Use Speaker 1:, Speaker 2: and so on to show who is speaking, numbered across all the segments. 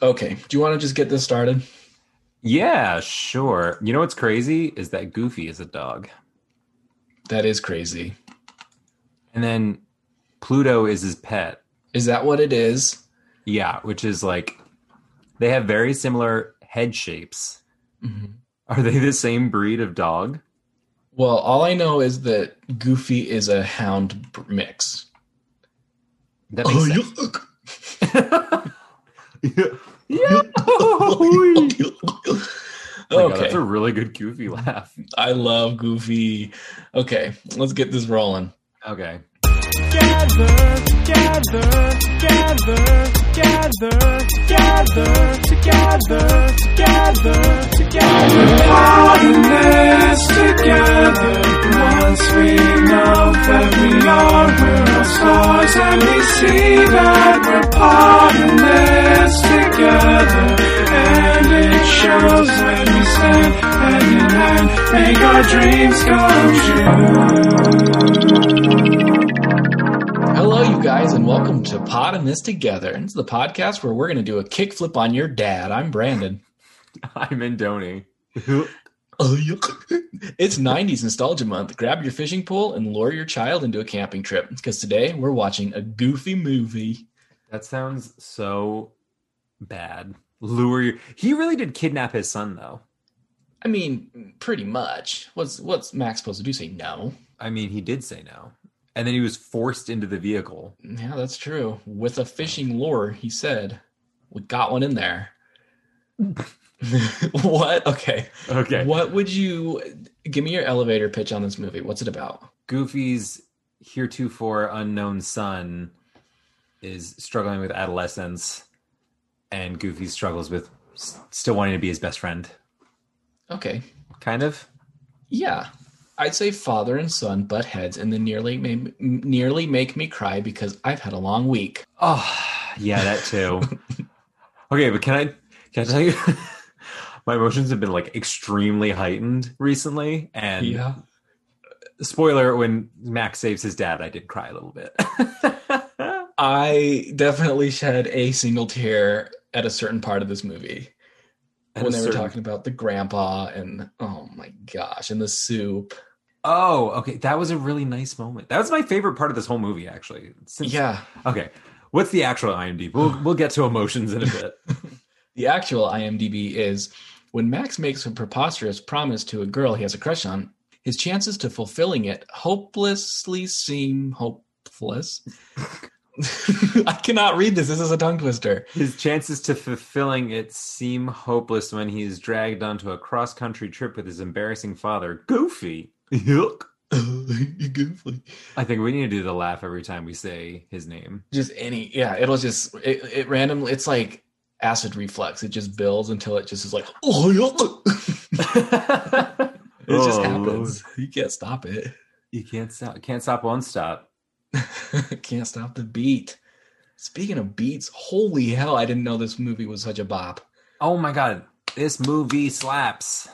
Speaker 1: Okay. Do you want to just get this started?
Speaker 2: Yeah, sure. You know what's crazy is that Goofy is a dog,
Speaker 1: That is crazy.
Speaker 2: and then Pluto is his pet.
Speaker 1: Is that what it is?
Speaker 2: Yeah, which is like they have very similar head shapes. Mm-hmm.
Speaker 1: Mhm.
Speaker 2: Are they the same breed of dog?
Speaker 1: Well, all I know is that Goofy is a hound b- mix.
Speaker 2: That
Speaker 1: Oh,
Speaker 2: makes sense.
Speaker 1: yuck.
Speaker 2: Yeah. Oh my Oh God,
Speaker 1: okay.
Speaker 2: that's a really good goofy laugh.
Speaker 1: I love Goofy. Okay. Let's get this rolling.
Speaker 2: Okay.
Speaker 3: Gather, gather, gather, gather, gather, together, together, together. Polymers together. Once we know that we are, we're all stars, and we see that we're polymers together. And it shows when we stand hand in hand, make our dreams come true.
Speaker 1: Hello, you guys, and welcome to Pod and This Together. It's the podcast where we're going to do a kickflip on your dad. I'm Brandon.
Speaker 2: I'm Mendoni.
Speaker 1: Oh, yuck. It's 90s nostalgia month. Grab your fishing pole and lure your child into a camping trip because today we're watching a goofy movie.
Speaker 2: That sounds so bad. Lure your... He really did kidnap his son though.
Speaker 1: I mean, pretty much. What's what's Max supposed to do? Say no?
Speaker 2: I mean, he did say no. And then he was forced into the vehicle.
Speaker 1: Yeah, that's true. With a fishing lure, he said, "We got one in there." what? Okay.
Speaker 2: Okay.
Speaker 1: What would you give me your elevator pitch on this movie? What's it about?
Speaker 2: Goofy's heretofore unknown son is struggling with adolescence, and Goofy struggles with s- still wanting to be his best friend.
Speaker 1: Okay.
Speaker 2: Kind of.
Speaker 1: Yeah. I'd say father and son butt heads and then nearly made, nearly make me cry because I've had a long week.
Speaker 2: Oh, yeah, that too. okay, but can I can I tell you? my emotions have been like extremely heightened recently, and spoiler: when Max saves his dad, I did cry a little bit.
Speaker 1: I definitely shed a single tear at a certain part of this movie
Speaker 2: At a
Speaker 1: when they were
Speaker 2: certain-
Speaker 1: talking about the grandpa and oh my gosh, and the soup.
Speaker 2: Oh, okay. That was a really nice moment. That was my favorite part of this whole movie, actually. Since
Speaker 1: Yeah.
Speaker 2: Okay. What's the actual IMDb? We'll we'll get to emotions in a bit.
Speaker 1: The actual IMDb is when Max makes a preposterous promise to a girl he has a crush on, his chances to fulfilling it hopelessly seem hopeless. I cannot read this. This is a tongue twister.
Speaker 2: His chances to fulfilling it seem hopeless when he is dragged onto a cross-country trip with his embarrassing father, Goofy. Yuck. I think we need to do the laugh every time we say his name.
Speaker 1: Just any, yeah, it'll just, it, it randomly, it's like acid reflux. It just builds until it just is like, oh, yeah."
Speaker 2: it
Speaker 1: it just
Speaker 2: Oh,
Speaker 1: happens. You can't stop it.
Speaker 2: You can't stop can't stop won't stop.
Speaker 1: Can't stop the beat. Speaking of beats, holy hell, I didn't know this movie was such a bop.
Speaker 2: Oh my god, this movie slaps.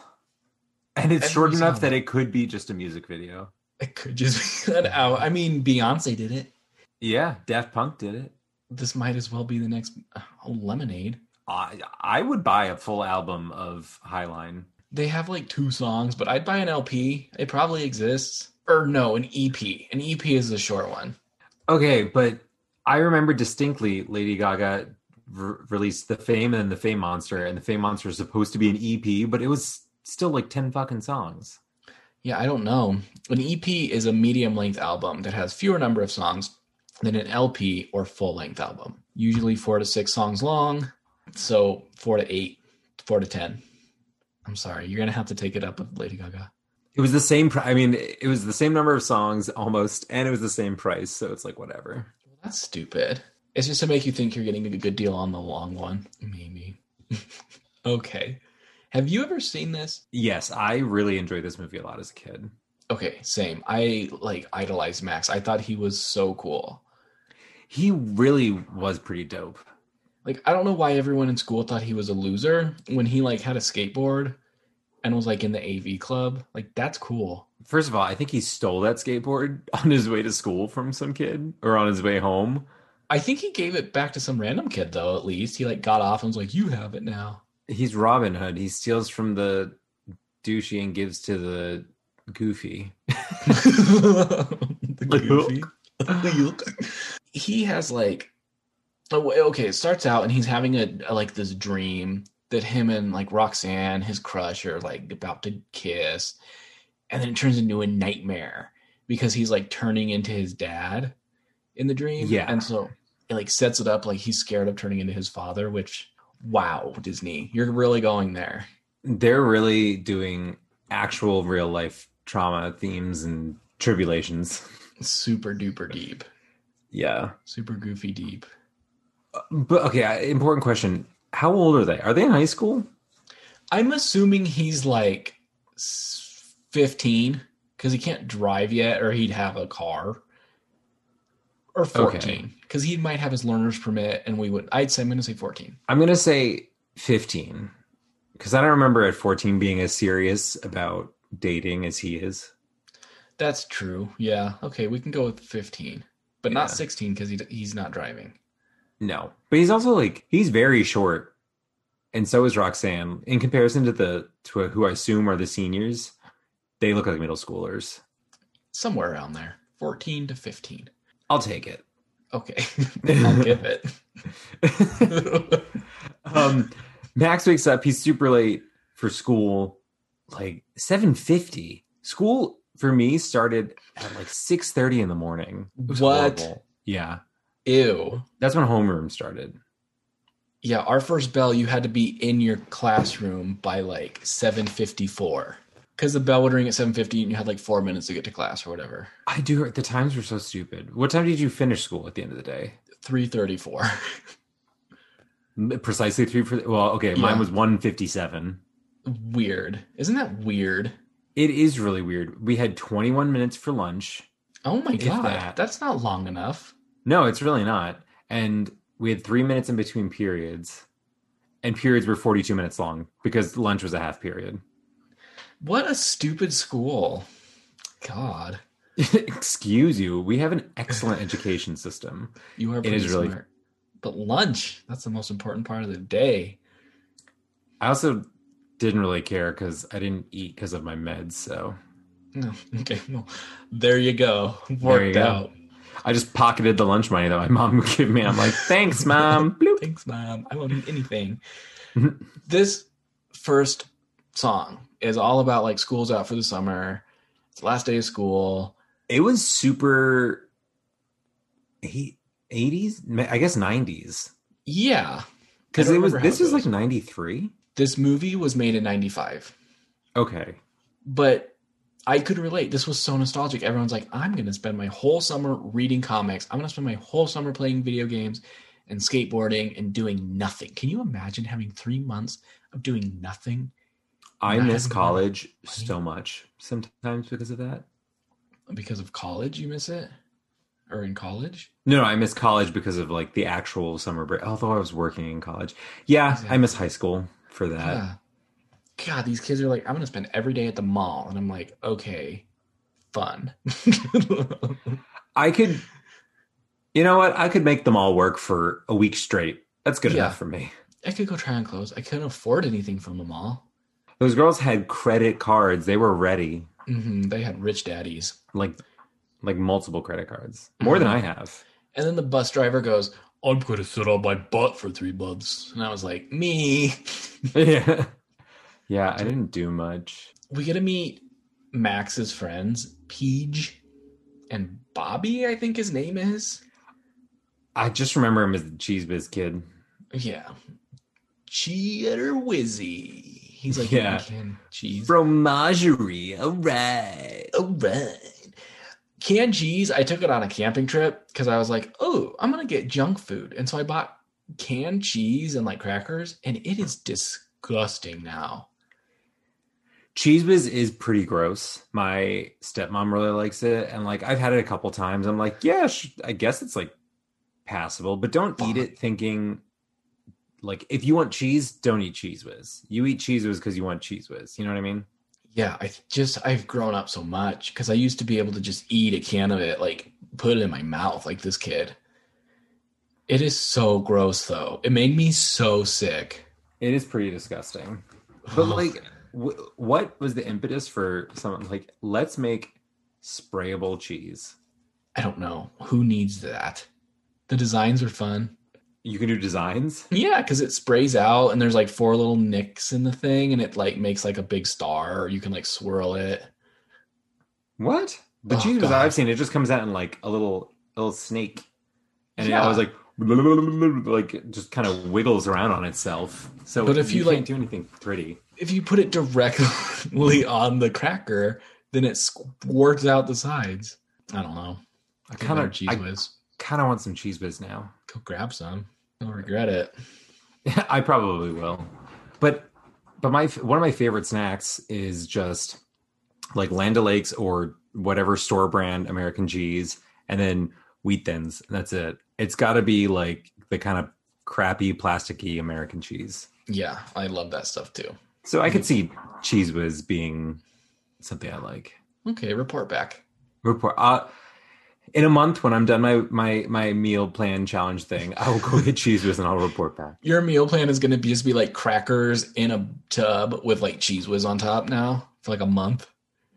Speaker 2: And it's
Speaker 1: Every
Speaker 2: short enough
Speaker 1: song.
Speaker 2: that it could be just a music video.
Speaker 1: It could just be an hour. I mean, Beyonce did it.
Speaker 2: Yeah, Daft Punk did it.
Speaker 1: This might as well be the next oh, Lemonade.
Speaker 2: I I would buy a full album of Highline.
Speaker 1: They have like two songs, but I'd buy an LP. It probably exists. Or no, an EP. An EP is the short one.
Speaker 2: Okay, but I remember distinctly Lady Gaga re- released the Fame and then the Fame Monster, and the Fame Monster is supposed to be an EP, but it was still like ten fucking songs.
Speaker 1: Yeah, I don't know. An EP is a medium length album that has fewer number of songs than an LP or full length album. Usually four to six songs long. So four to eight, four to ten. I'm sorry, you're gonna have to take it up with Lady Gaga.
Speaker 2: It was the same. Pri- I mean, it was the same number of songs almost, and it was the same price. So it's like whatever.
Speaker 1: That's stupid. It's just to make you think you're getting a good deal on the long one. Maybe. okay. Have you ever seen this?
Speaker 2: Yes, I really enjoyed this movie a lot as a kid.
Speaker 1: Okay, same. I like idolized Max. I thought he was so cool.
Speaker 2: He really was pretty dope.
Speaker 1: Like I don't know why everyone in school thought he was a loser when he like had a skateboard and was like in the AV club. Like that's cool.
Speaker 2: First of all, I think he stole that skateboard on his way to school from some kid or on his way home.
Speaker 1: I think he gave it back to some random kid though. At least he like got off and was like, "You have it now."
Speaker 2: He's Robin Hood. He steals from the douchey and gives to the goofy.
Speaker 1: the goofy. he has like, oh, okay. It starts out and he's having a, a like this dream that him and like Roxanne, his crush, are like about to kiss, and then it turns into a nightmare because he's like turning into his dad in the dream.
Speaker 2: Yeah.
Speaker 1: And so it like sets it up like he's scared of turning into his father, which wow, Disney, you're really going there.
Speaker 2: They're really doing actual real life trauma themes and tribulations.
Speaker 1: Super duper deep.
Speaker 2: Yeah.
Speaker 1: Super goofy deep.
Speaker 2: But okay, I- important question. How old are they? Are they in high school?
Speaker 1: I'm assuming he's like s- 15 because he can't drive yet or he'd have a car. Or 14 because he might have his learner's permit and we would, I'd say, I'm going to say 14.
Speaker 2: I'm going to say 15 because I don't remember at 14 being as serious about dating as he is.
Speaker 1: That's true. Yeah. Okay. We can go with 15, but not
Speaker 2: Yeah.
Speaker 1: 16 because he, he's not driving.
Speaker 2: No. But he's also like he's very short. And so is Roxanne. In comparison to the to who I assume are the seniors, they look like middle schoolers.
Speaker 1: Somewhere around there, 14 to 15.
Speaker 2: I'll take it.
Speaker 1: Okay. I'll give it.
Speaker 2: um Max wakes up, he's super late for school, like 750. School for me started at like 6:30 in the morning. It was
Speaker 1: What?
Speaker 2: horrible. Yeah.
Speaker 1: Ew.
Speaker 2: That's when homeroom started.
Speaker 1: Yeah, our first bell you had to be in your classroom by like 7:54 cuz the bell would ring at 7:50 and you had like 4 minutes to get to class or whatever.
Speaker 2: I do. The times were so stupid. What time did you finish school at the end of the day?
Speaker 1: 3:34.
Speaker 2: M- Precisely three. per- Well, okay, mine
Speaker 1: Yeah.
Speaker 2: was one fifty-seven.
Speaker 1: weird. Isn't that weird?
Speaker 2: It is really weird. We had twenty-one minutes for lunch.
Speaker 1: Oh my
Speaker 2: If
Speaker 1: god.
Speaker 2: that.
Speaker 1: That's not long enough.
Speaker 2: No, it's really not. And we had three minutes in between periods, and periods were forty-two minutes long because lunch was a half period.
Speaker 1: What a stupid school. God.
Speaker 2: Excuse you. We have an excellent education system.
Speaker 1: You are
Speaker 2: It is
Speaker 1: pretty
Speaker 2: really-
Speaker 1: smart. But lunch, that's the most important part of the day.
Speaker 2: I also didn't really care because I didn't eat because of my meds, so
Speaker 1: No, okay. Well, there you go. Worked
Speaker 2: you go.
Speaker 1: out.
Speaker 2: I just pocketed the lunch money that my mom would give me. I'm like, thanks, mom. Bloop.
Speaker 1: Thanks, mom. I won't eat anything. this first song is all about like school's out for the summer. It's the last day of school.
Speaker 2: It was super eight- 80s, Ma- I guess 90s.
Speaker 1: Yeah,
Speaker 2: Because
Speaker 1: I don't
Speaker 2: it was
Speaker 1: remember how
Speaker 2: this
Speaker 1: it
Speaker 2: was like
Speaker 1: goes.
Speaker 2: 93.
Speaker 1: this movie was made in '95,
Speaker 2: Okay.
Speaker 1: but I could relate. This was so nostalgic. Everyone's like, "I'm going to spend my whole summer reading comics. I'm going to spend my whole summer playing video games and skateboarding and doing nothing." Can you imagine having three months of doing nothing?
Speaker 2: I
Speaker 1: Not
Speaker 2: miss
Speaker 1: having
Speaker 2: college
Speaker 1: money.
Speaker 2: so much sometimes because of that.
Speaker 1: because of college you miss it or in college
Speaker 2: No, no, I miss college because of like the actual summer break. Although I was working in college. Yeah, I miss high school for that.
Speaker 1: yeah god these kids are like i'm gonna spend every day at the mall and i'm like okay fun
Speaker 2: I could you know what? I could make them all work for a week straight. That's good
Speaker 1: Yeah.
Speaker 2: enough for me.
Speaker 1: i could go try on clothes i couldn't afford anything from the mall
Speaker 2: Those girls had credit cards. They were ready.
Speaker 1: hmm they had rich daddies
Speaker 2: Like like multiple credit cards. More than I
Speaker 1: Mm-hmm.
Speaker 2: have.
Speaker 1: and then the bus driver goes i'm gonna sit on my butt for three months and i was like me
Speaker 2: yeah. Yeah, I didn't do much.
Speaker 1: we get to meet max's friends peach and bobby i think his name is
Speaker 2: I just remember him as the cheese biz kid.
Speaker 1: Yeah. Cheater Wizzy. He's like,
Speaker 2: Yeah.
Speaker 1: yeah. Can cheese.
Speaker 2: Fromagerie. All right.
Speaker 1: All Oh, right. Canned cheese, I took it on a camping trip because I was like, oh, I'm going to get junk food. And so I bought canned cheese and like crackers, and it is disgusting now.
Speaker 2: Cheese whiz is pretty gross. My stepmom really likes it. And like I've had it a couple times. I'm like, yeah, sh- I guess it's like passable, but don't eat it thinking like if you want cheese, don't eat cheese whiz. You eat cheese whiz because you want cheese whiz. You know what I mean?
Speaker 1: Yeah, I th- just, I've grown up so much because I used to be able to just eat a can of it, like put it in my mouth like this kid. It is so gross, though. It made me so sick.
Speaker 2: It is pretty disgusting. But like, w- what was the impetus for someone like let's make sprayable cheese?
Speaker 1: I don't know who needs that. The designs are fun.
Speaker 2: You can do designs.
Speaker 1: Yeah, because it sprays out and there's like four little nicks in the thing, and it like makes like a big star. Or you can like swirl it.
Speaker 2: What the
Speaker 1: Oh,
Speaker 2: cheese
Speaker 1: God.
Speaker 2: I've seen, it just comes out in like a little a little snake, and
Speaker 1: Yeah.
Speaker 2: it always like like just kind of wiggles around on itself. So,
Speaker 1: But if you,
Speaker 2: can't
Speaker 1: like-
Speaker 2: do anything pretty,
Speaker 1: If you put it directly on the cracker, then it squirts out the sides. I don't know. I
Speaker 2: Kinda-
Speaker 1: kind of cheese
Speaker 2: I-
Speaker 1: whiz.
Speaker 2: kind of want some cheese whiz now.
Speaker 1: Go grab some. You'll regret it.
Speaker 2: I probably will, but but my one of my favorite snacks is just like Land O'Lakes or whatever store brand American cheese, and then Wheat Thins. And that's it. It's got to be like the kind of crappy plasticky American cheese.
Speaker 1: Yeah, I love that stuff too.
Speaker 2: So I could see Cheese Whiz being something I like.
Speaker 1: Okay, report back.
Speaker 2: Report. Uh, in a month, when I'm done my, my my meal plan challenge thing, I will go get Cheese Whiz and I'll report back.
Speaker 1: Your meal plan is going to be just be like crackers in a tub with like cheese whiz on top now for like a month.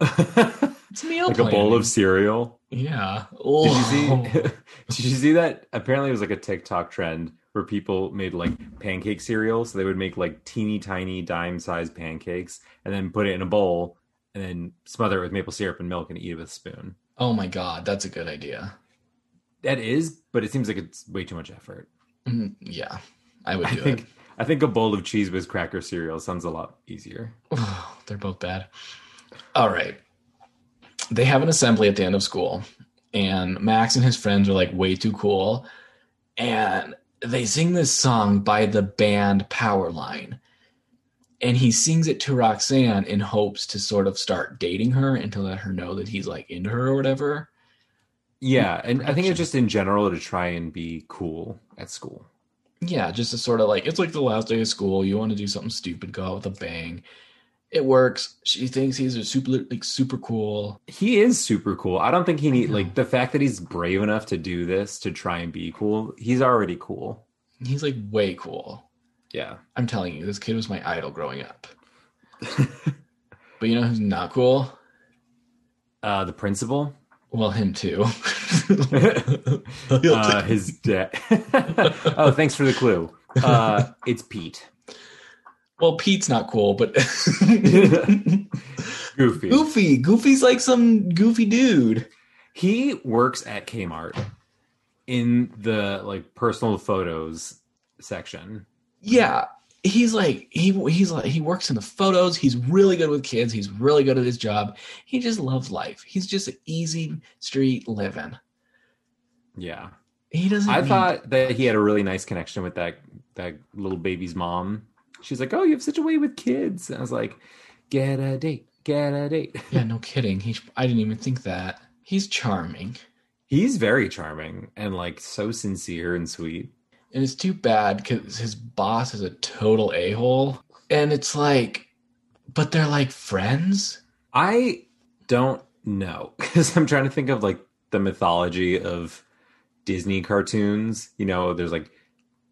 Speaker 2: like
Speaker 1: It's meal
Speaker 2: a
Speaker 1: plan.
Speaker 2: bowl of cereal.
Speaker 1: yeah.
Speaker 2: Did you
Speaker 1: Oh.
Speaker 2: see? did you see that? Apparently, it was like a TikTok trend where people made like pancake cereal. So they would make like teeny tiny dime sized pancakes and then put it in a bowl and then smother it with maple syrup and milk and eat it with a spoon.
Speaker 1: Oh my god, that's a good idea.
Speaker 2: That is, but it seems like it's way too much effort.
Speaker 1: Mm, Yeah, I would
Speaker 2: I
Speaker 1: do
Speaker 2: think I think a bowl of cheese whiz cracker cereal sounds a lot easier.
Speaker 1: it. They're both bad. All right. They have an assembly at the end of school, and Max and his friends are like way too cool, and they sing this song by the band Powerline. And he sings it to Roxanne in hopes to sort of start dating her and to let her know that he's like into her or whatever.
Speaker 2: Yeah, and I think it's just in general to try and be cool at school.
Speaker 1: yeah, just a sort of like it's like the last day of school. You want to do something stupid, go out with a bang. It works. She thinks he's a super like super cool.
Speaker 2: He is super cool. I don't think he need
Speaker 1: know.
Speaker 2: like the fact that he's brave enough to do this to try and be cool. He's already cool.
Speaker 1: He's like way cool.
Speaker 2: Yeah.
Speaker 1: I'm telling you, this kid was my idol growing up. but you know who's not cool?
Speaker 2: Uh, the principal,
Speaker 1: Well, him too.
Speaker 2: uh, his dad. oh, thanks for the clue. Uh, it's Pete.
Speaker 1: well, Pete's not cool, but
Speaker 2: Goofy.
Speaker 1: Goofy. Goofy's like some goofy dude.
Speaker 2: He works at Kmart in the like personal photos section.
Speaker 1: yeah he's like he he's like he works in the photos he's really good with kids he's really good at his job he just loves life he's just easy street living
Speaker 2: Yeah.
Speaker 1: he doesn't
Speaker 2: I
Speaker 1: need-
Speaker 2: thought that he had a really nice connection with that that little baby's mom. She's like, "Oh, you have such a way with kids." And I was like, "Get a date, get a date."
Speaker 1: yeah no kidding he i didn't even think that he's charming
Speaker 2: He's very charming and like so sincere and sweet.
Speaker 1: and it's too bad because his boss is a total a-hole and it's like but they're like friends
Speaker 2: I don't know because I'm trying to think of like the mythology of Disney cartoons. You know, there's like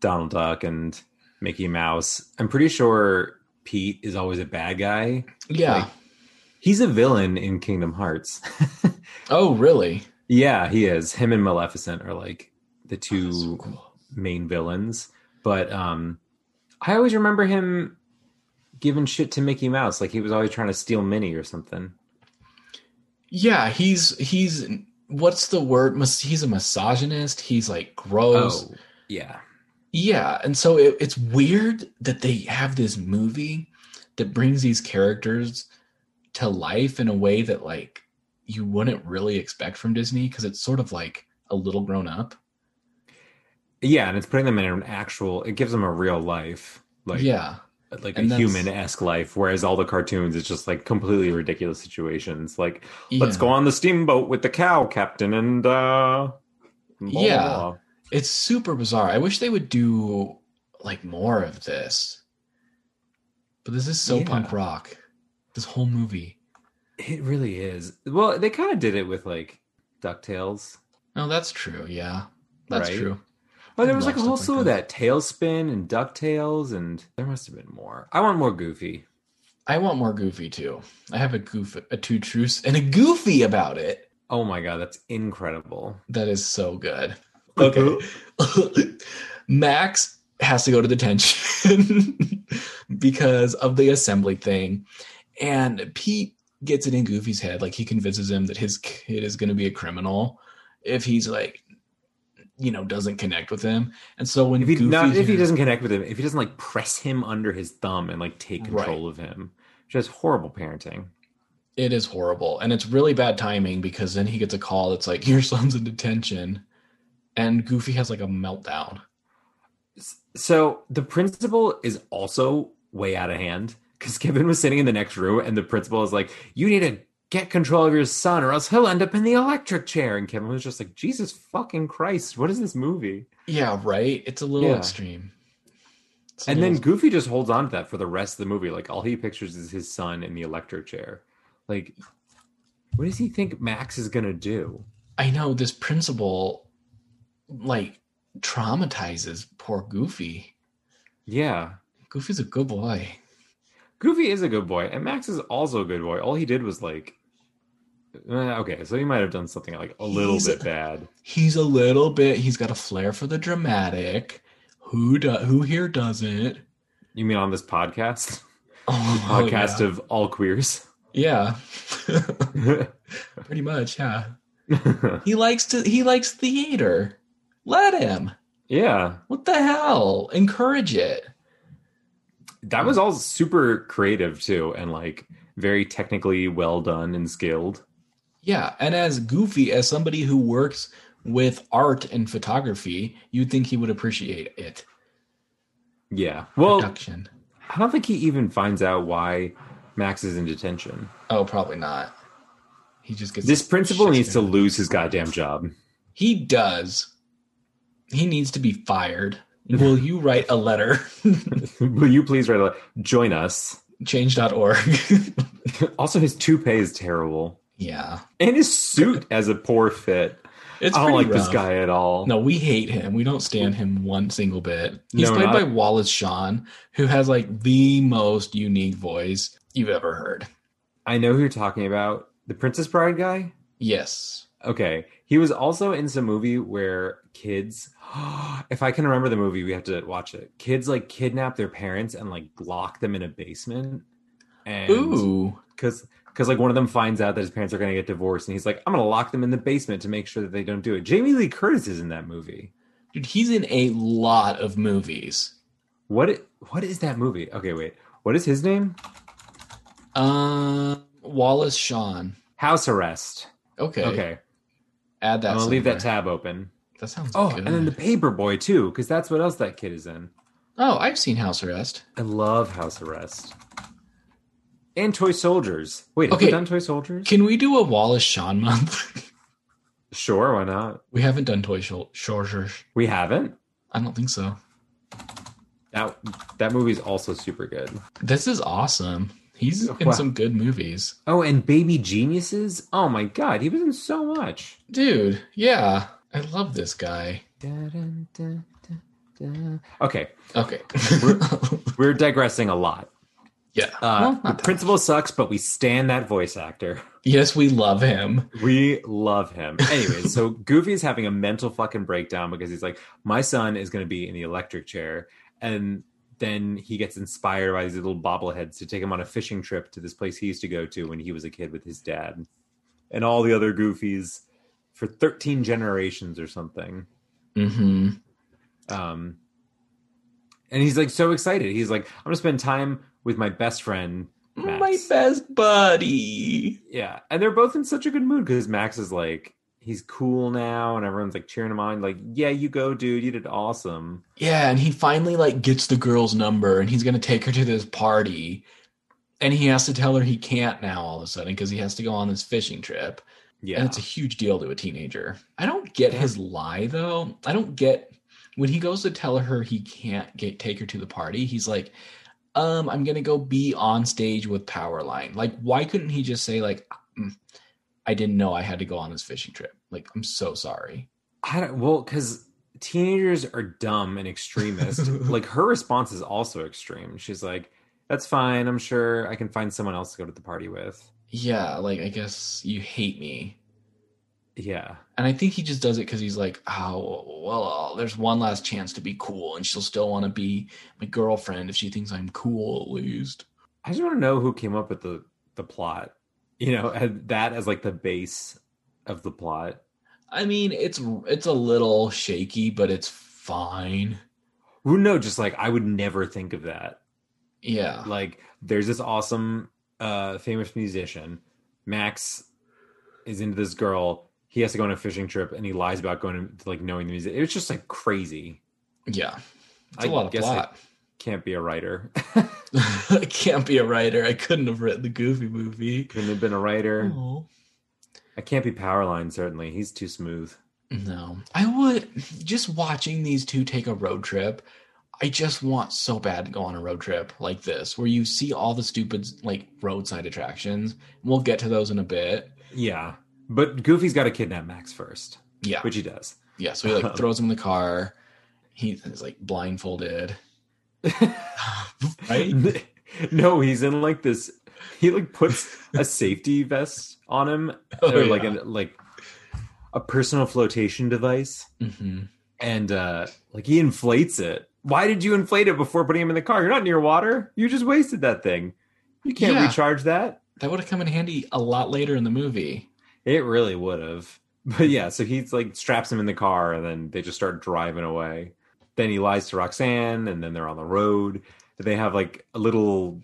Speaker 2: Donald Duck and Mickey Mouse. I'm pretty sure Pete is always a bad guy.
Speaker 1: yeah
Speaker 2: Like- He's a villain in Kingdom Hearts.
Speaker 1: oh really
Speaker 2: Yeah, he is. Him and Maleficent are like the two
Speaker 1: Oh, That's so cool.
Speaker 2: main villains. But um I always remember him giving shit to Mickey Mouse, like he was always trying to steal Minnie or something.
Speaker 1: yeah he's he's what's the word Mis- he's a misogynist he's like gross
Speaker 2: Oh, yeah.
Speaker 1: Yeah, and so it, it's weird that they have this movie that brings these characters to life in a way that like you wouldn't really expect from Disney because it's sort of like a little grown up.
Speaker 2: Yeah, and it's putting them in an actual it gives them a real life. Like
Speaker 1: yeah,
Speaker 2: like a
Speaker 1: and that's-
Speaker 2: human esque life, whereas all the cartoons it's just like completely ridiculous situations. Like, let's
Speaker 1: Yeah.
Speaker 2: go on the steamboat with the cow captain and uh blah, blah,
Speaker 1: Yeah.
Speaker 2: blah.
Speaker 1: It's super bizarre. I wish they would do like more of this, but this is so
Speaker 2: Yeah.
Speaker 1: punk rock. This whole movie.
Speaker 2: It really is. Well, they kind of did it with like DuckTales.
Speaker 1: No, that's true. Oh, Yeah, that's
Speaker 2: Right.
Speaker 1: true.
Speaker 2: But there was like a
Speaker 1: Love
Speaker 2: whole
Speaker 1: stuff
Speaker 2: slew
Speaker 1: like
Speaker 2: of that Tailspin and Ducktales, and there must have been more. I want more Goofy.
Speaker 1: I want more Goofy too. I have a goof, a two truce, and a Goofy about it.
Speaker 2: Oh my god, that's incredible.
Speaker 1: That is so good. Okay. Max has to go to detention because of the assembly thing. And Pete gets it in Goofy's head. Like he convinces him that his kid is going to be a criminal if he's like, you know, doesn't connect with him. And so when
Speaker 2: If he
Speaker 1: Goofy
Speaker 2: not, if he
Speaker 1: hears-
Speaker 2: doesn't connect with him, if he doesn't like press him under his thumb and like take control of him, just horrible parenting.
Speaker 1: it is horrible and it's really bad timing because then he gets a call that's like your son's in detention and goofy has like a meltdown
Speaker 2: S- So the principal is also way out of hand because Kevin was sitting in the next room and the principal is like, "You need to get control of your son, or else he'll end up in the electric chair." And Kevin was just like, "Jesus fucking Christ, what is this movie?"
Speaker 1: yeah right it's a little
Speaker 2: Yeah.
Speaker 1: extreme It's a
Speaker 2: And then
Speaker 1: little-
Speaker 2: Goofy just holds on to that for the rest of the movie. Like all he pictures is his son in the electric chair. Like, what does he think Max is gonna do?
Speaker 1: i know this principal like traumatizes poor goofy
Speaker 2: Yeah.
Speaker 1: goofy's a good boy
Speaker 2: Goofy is a good boy, and Max is also a good boy. All he did was like, eh, okay, so he might have done something like a little
Speaker 1: He's-
Speaker 2: bit bad.
Speaker 1: he's a little bit he's got a flair for the dramatic who do, who here doesn't
Speaker 2: You mean on this podcast?
Speaker 1: oh
Speaker 2: Podcast of all queers.
Speaker 1: yeah, yeah. pretty much yeah
Speaker 2: yeah.
Speaker 1: He likes to he likes theater. Let him. What the hell? Encourage it.
Speaker 2: That was all super creative too, and like very technically well done and skilled.
Speaker 1: Yeah, and as goofy as somebody who works with art and photography, you'd think he would appreciate it.
Speaker 2: Yeah. Well,
Speaker 1: Production.
Speaker 2: I don't think he even finds out why Max is in detention.
Speaker 1: Oh, probably not. He just gets
Speaker 2: This principal
Speaker 1: shit
Speaker 2: needs to
Speaker 1: scared.
Speaker 2: lose his goddamn job.
Speaker 1: He does. He needs to be fired. Will you write a letter?
Speaker 2: Will you please write a join us?
Speaker 1: Change.org.
Speaker 2: Also, his toupee is terrible.
Speaker 1: yeah.
Speaker 2: And his suit has a poor fit.
Speaker 1: It's
Speaker 2: I don't like
Speaker 1: pretty
Speaker 2: this
Speaker 1: rough.
Speaker 2: guy at all.
Speaker 1: No, we hate him. We don't stand him one single bit. He's
Speaker 2: No,
Speaker 1: played
Speaker 2: not-
Speaker 1: by Wallace Shawn, who has like the most unique voice you've ever heard.
Speaker 2: I know who you're talking about. The Princess Bride guy?
Speaker 1: Yes.
Speaker 2: Okay. He was also in some movie where kids, if I can remember the movie, we have to watch it. Kids like kidnap their parents and like lock them in a basement. And
Speaker 1: Ooh.
Speaker 2: because because like one of them finds out that his parents are going to get divorced and he's like i'm going to lock them in the basement to make sure that they don't do it jamie lee curtis is in that movie
Speaker 1: Dude, he's in a lot of movies.
Speaker 2: what i- what is that movie okay wait what is his name
Speaker 1: Um Wallace Shawn.
Speaker 2: house arrest
Speaker 1: Okay.
Speaker 2: okay,
Speaker 1: Add that.
Speaker 2: i'm going to leave that
Speaker 1: somewhere.
Speaker 2: tab open
Speaker 1: That sounds
Speaker 2: oh
Speaker 1: good.
Speaker 2: and then the paper boy too because that's what else that kid is in
Speaker 1: Oh, I've seen House Arrest.
Speaker 2: i love house arrest and toy soldiers wait have
Speaker 1: Okay.
Speaker 2: we done toy soldiers
Speaker 1: Can we do a Wallace Shawn month?
Speaker 2: sure why not
Speaker 1: we haven't done Toy Shol- Soldiers.
Speaker 2: we haven't
Speaker 1: I don't think so.
Speaker 2: that that movie's also super good
Speaker 1: This is awesome. He's in
Speaker 2: Wow.
Speaker 1: some good movies.
Speaker 2: Oh, and Baby Geniuses? Oh my god, he was in so much.
Speaker 1: Dude, yeah. I love this guy.
Speaker 2: Dun, dun, dun, dun. Okay,
Speaker 1: Okay.
Speaker 2: we're digressing a lot.
Speaker 1: yeah. Well,
Speaker 2: Uh,
Speaker 1: not
Speaker 2: the
Speaker 1: that-
Speaker 2: principal sucks, but we stand that voice actor.
Speaker 1: Yes, we love him.
Speaker 2: We love him. Anyways, so Goofy is having a mental fucking breakdown because he's like, my son is going to be in the electric chair. And then he gets inspired by these little bobbleheads to take him on a fishing trip to this place he used to go to when he was a kid with his dad and all the other Goofies for 13 generations or something.
Speaker 1: hmm
Speaker 2: um and he's like so excited he's like i'm gonna spend time with my best friend
Speaker 1: My
Speaker 2: Max.
Speaker 1: best buddy.
Speaker 2: yeah and they're both in such a good mood because max is like he's cool now and everyone's like cheering him on like yeah you go dude you did awesome
Speaker 1: Yeah, and he finally like gets the girl's number and he's gonna take her to this party. And he has to tell her he can't now all of a sudden because he has to go on this fishing trip.
Speaker 2: yeah
Speaker 1: And it's a huge deal to a teenager. I don't get his lie though. I don't get when he goes to tell her he can't get take her to the party, he's like, um, I'm gonna go be on stage with Powerline. Like, why couldn't he just say, like, "Mm, I didn't know I had to go on this fishing trip? Like, I'm so sorry.
Speaker 2: I don't, well because teenagers are dumb and extremist. like her response is also extreme. She's like, "That's fine. I'm sure I can find someone else to go to the party with."
Speaker 1: Yeah, like I guess you hate me.
Speaker 2: Yeah,
Speaker 1: And I think he just does it because he's like, oh, well, there's one last chance to be cool, and she'll still want to be my girlfriend if she thinks I'm cool, at least.
Speaker 2: I just want to know who came up with the the plot. You know, had that as like the base of the plot.
Speaker 1: I mean, it's it's a little shaky, but it's fine.
Speaker 2: Who no, just like I would never think of that.
Speaker 1: Yeah,
Speaker 2: Like, there's this awesome, uh, famous musician. Max is into this girl. He has to go on a fishing trip, and he lies about going to like knowing the music. It was just like crazy.
Speaker 1: yeah, it's
Speaker 2: I
Speaker 1: a lot of
Speaker 2: guess
Speaker 1: plot.
Speaker 2: Can't be a writer.
Speaker 1: I can't be a writer. I couldn't have written the Goofy movie.
Speaker 2: Couldn't have been a writer.
Speaker 1: Oh.
Speaker 2: I can't be Powerline. Certainly, he's too smooth.
Speaker 1: No, I would just watching these two take a road trip. I just want so bad to go on a road trip like this, where you see all the stupid like roadside attractions. We'll get to those in a bit.
Speaker 2: Yeah, but Goofy's got to kidnap Max first,
Speaker 1: Yeah,
Speaker 2: which he does.
Speaker 1: yeah. So he like throws him in the car. He is like blindfolded, right?
Speaker 2: no, he's in like this. He like puts a safety vest on him,
Speaker 1: Oh,
Speaker 2: or like
Speaker 1: yeah.
Speaker 2: an like a personal flotation device,
Speaker 1: hmm
Speaker 2: and uh like he inflates it. Why did you inflate it before putting him in the car? You're not near water. You just wasted that thing. You can't
Speaker 1: Yeah.
Speaker 2: recharge that.
Speaker 1: That would have come in handy a lot later in the movie.
Speaker 2: It really would have. But yeah, so he's like straps him in the car, and then they just start driving away. Then he lies to Roxanne, and then they're on the road. They have like a little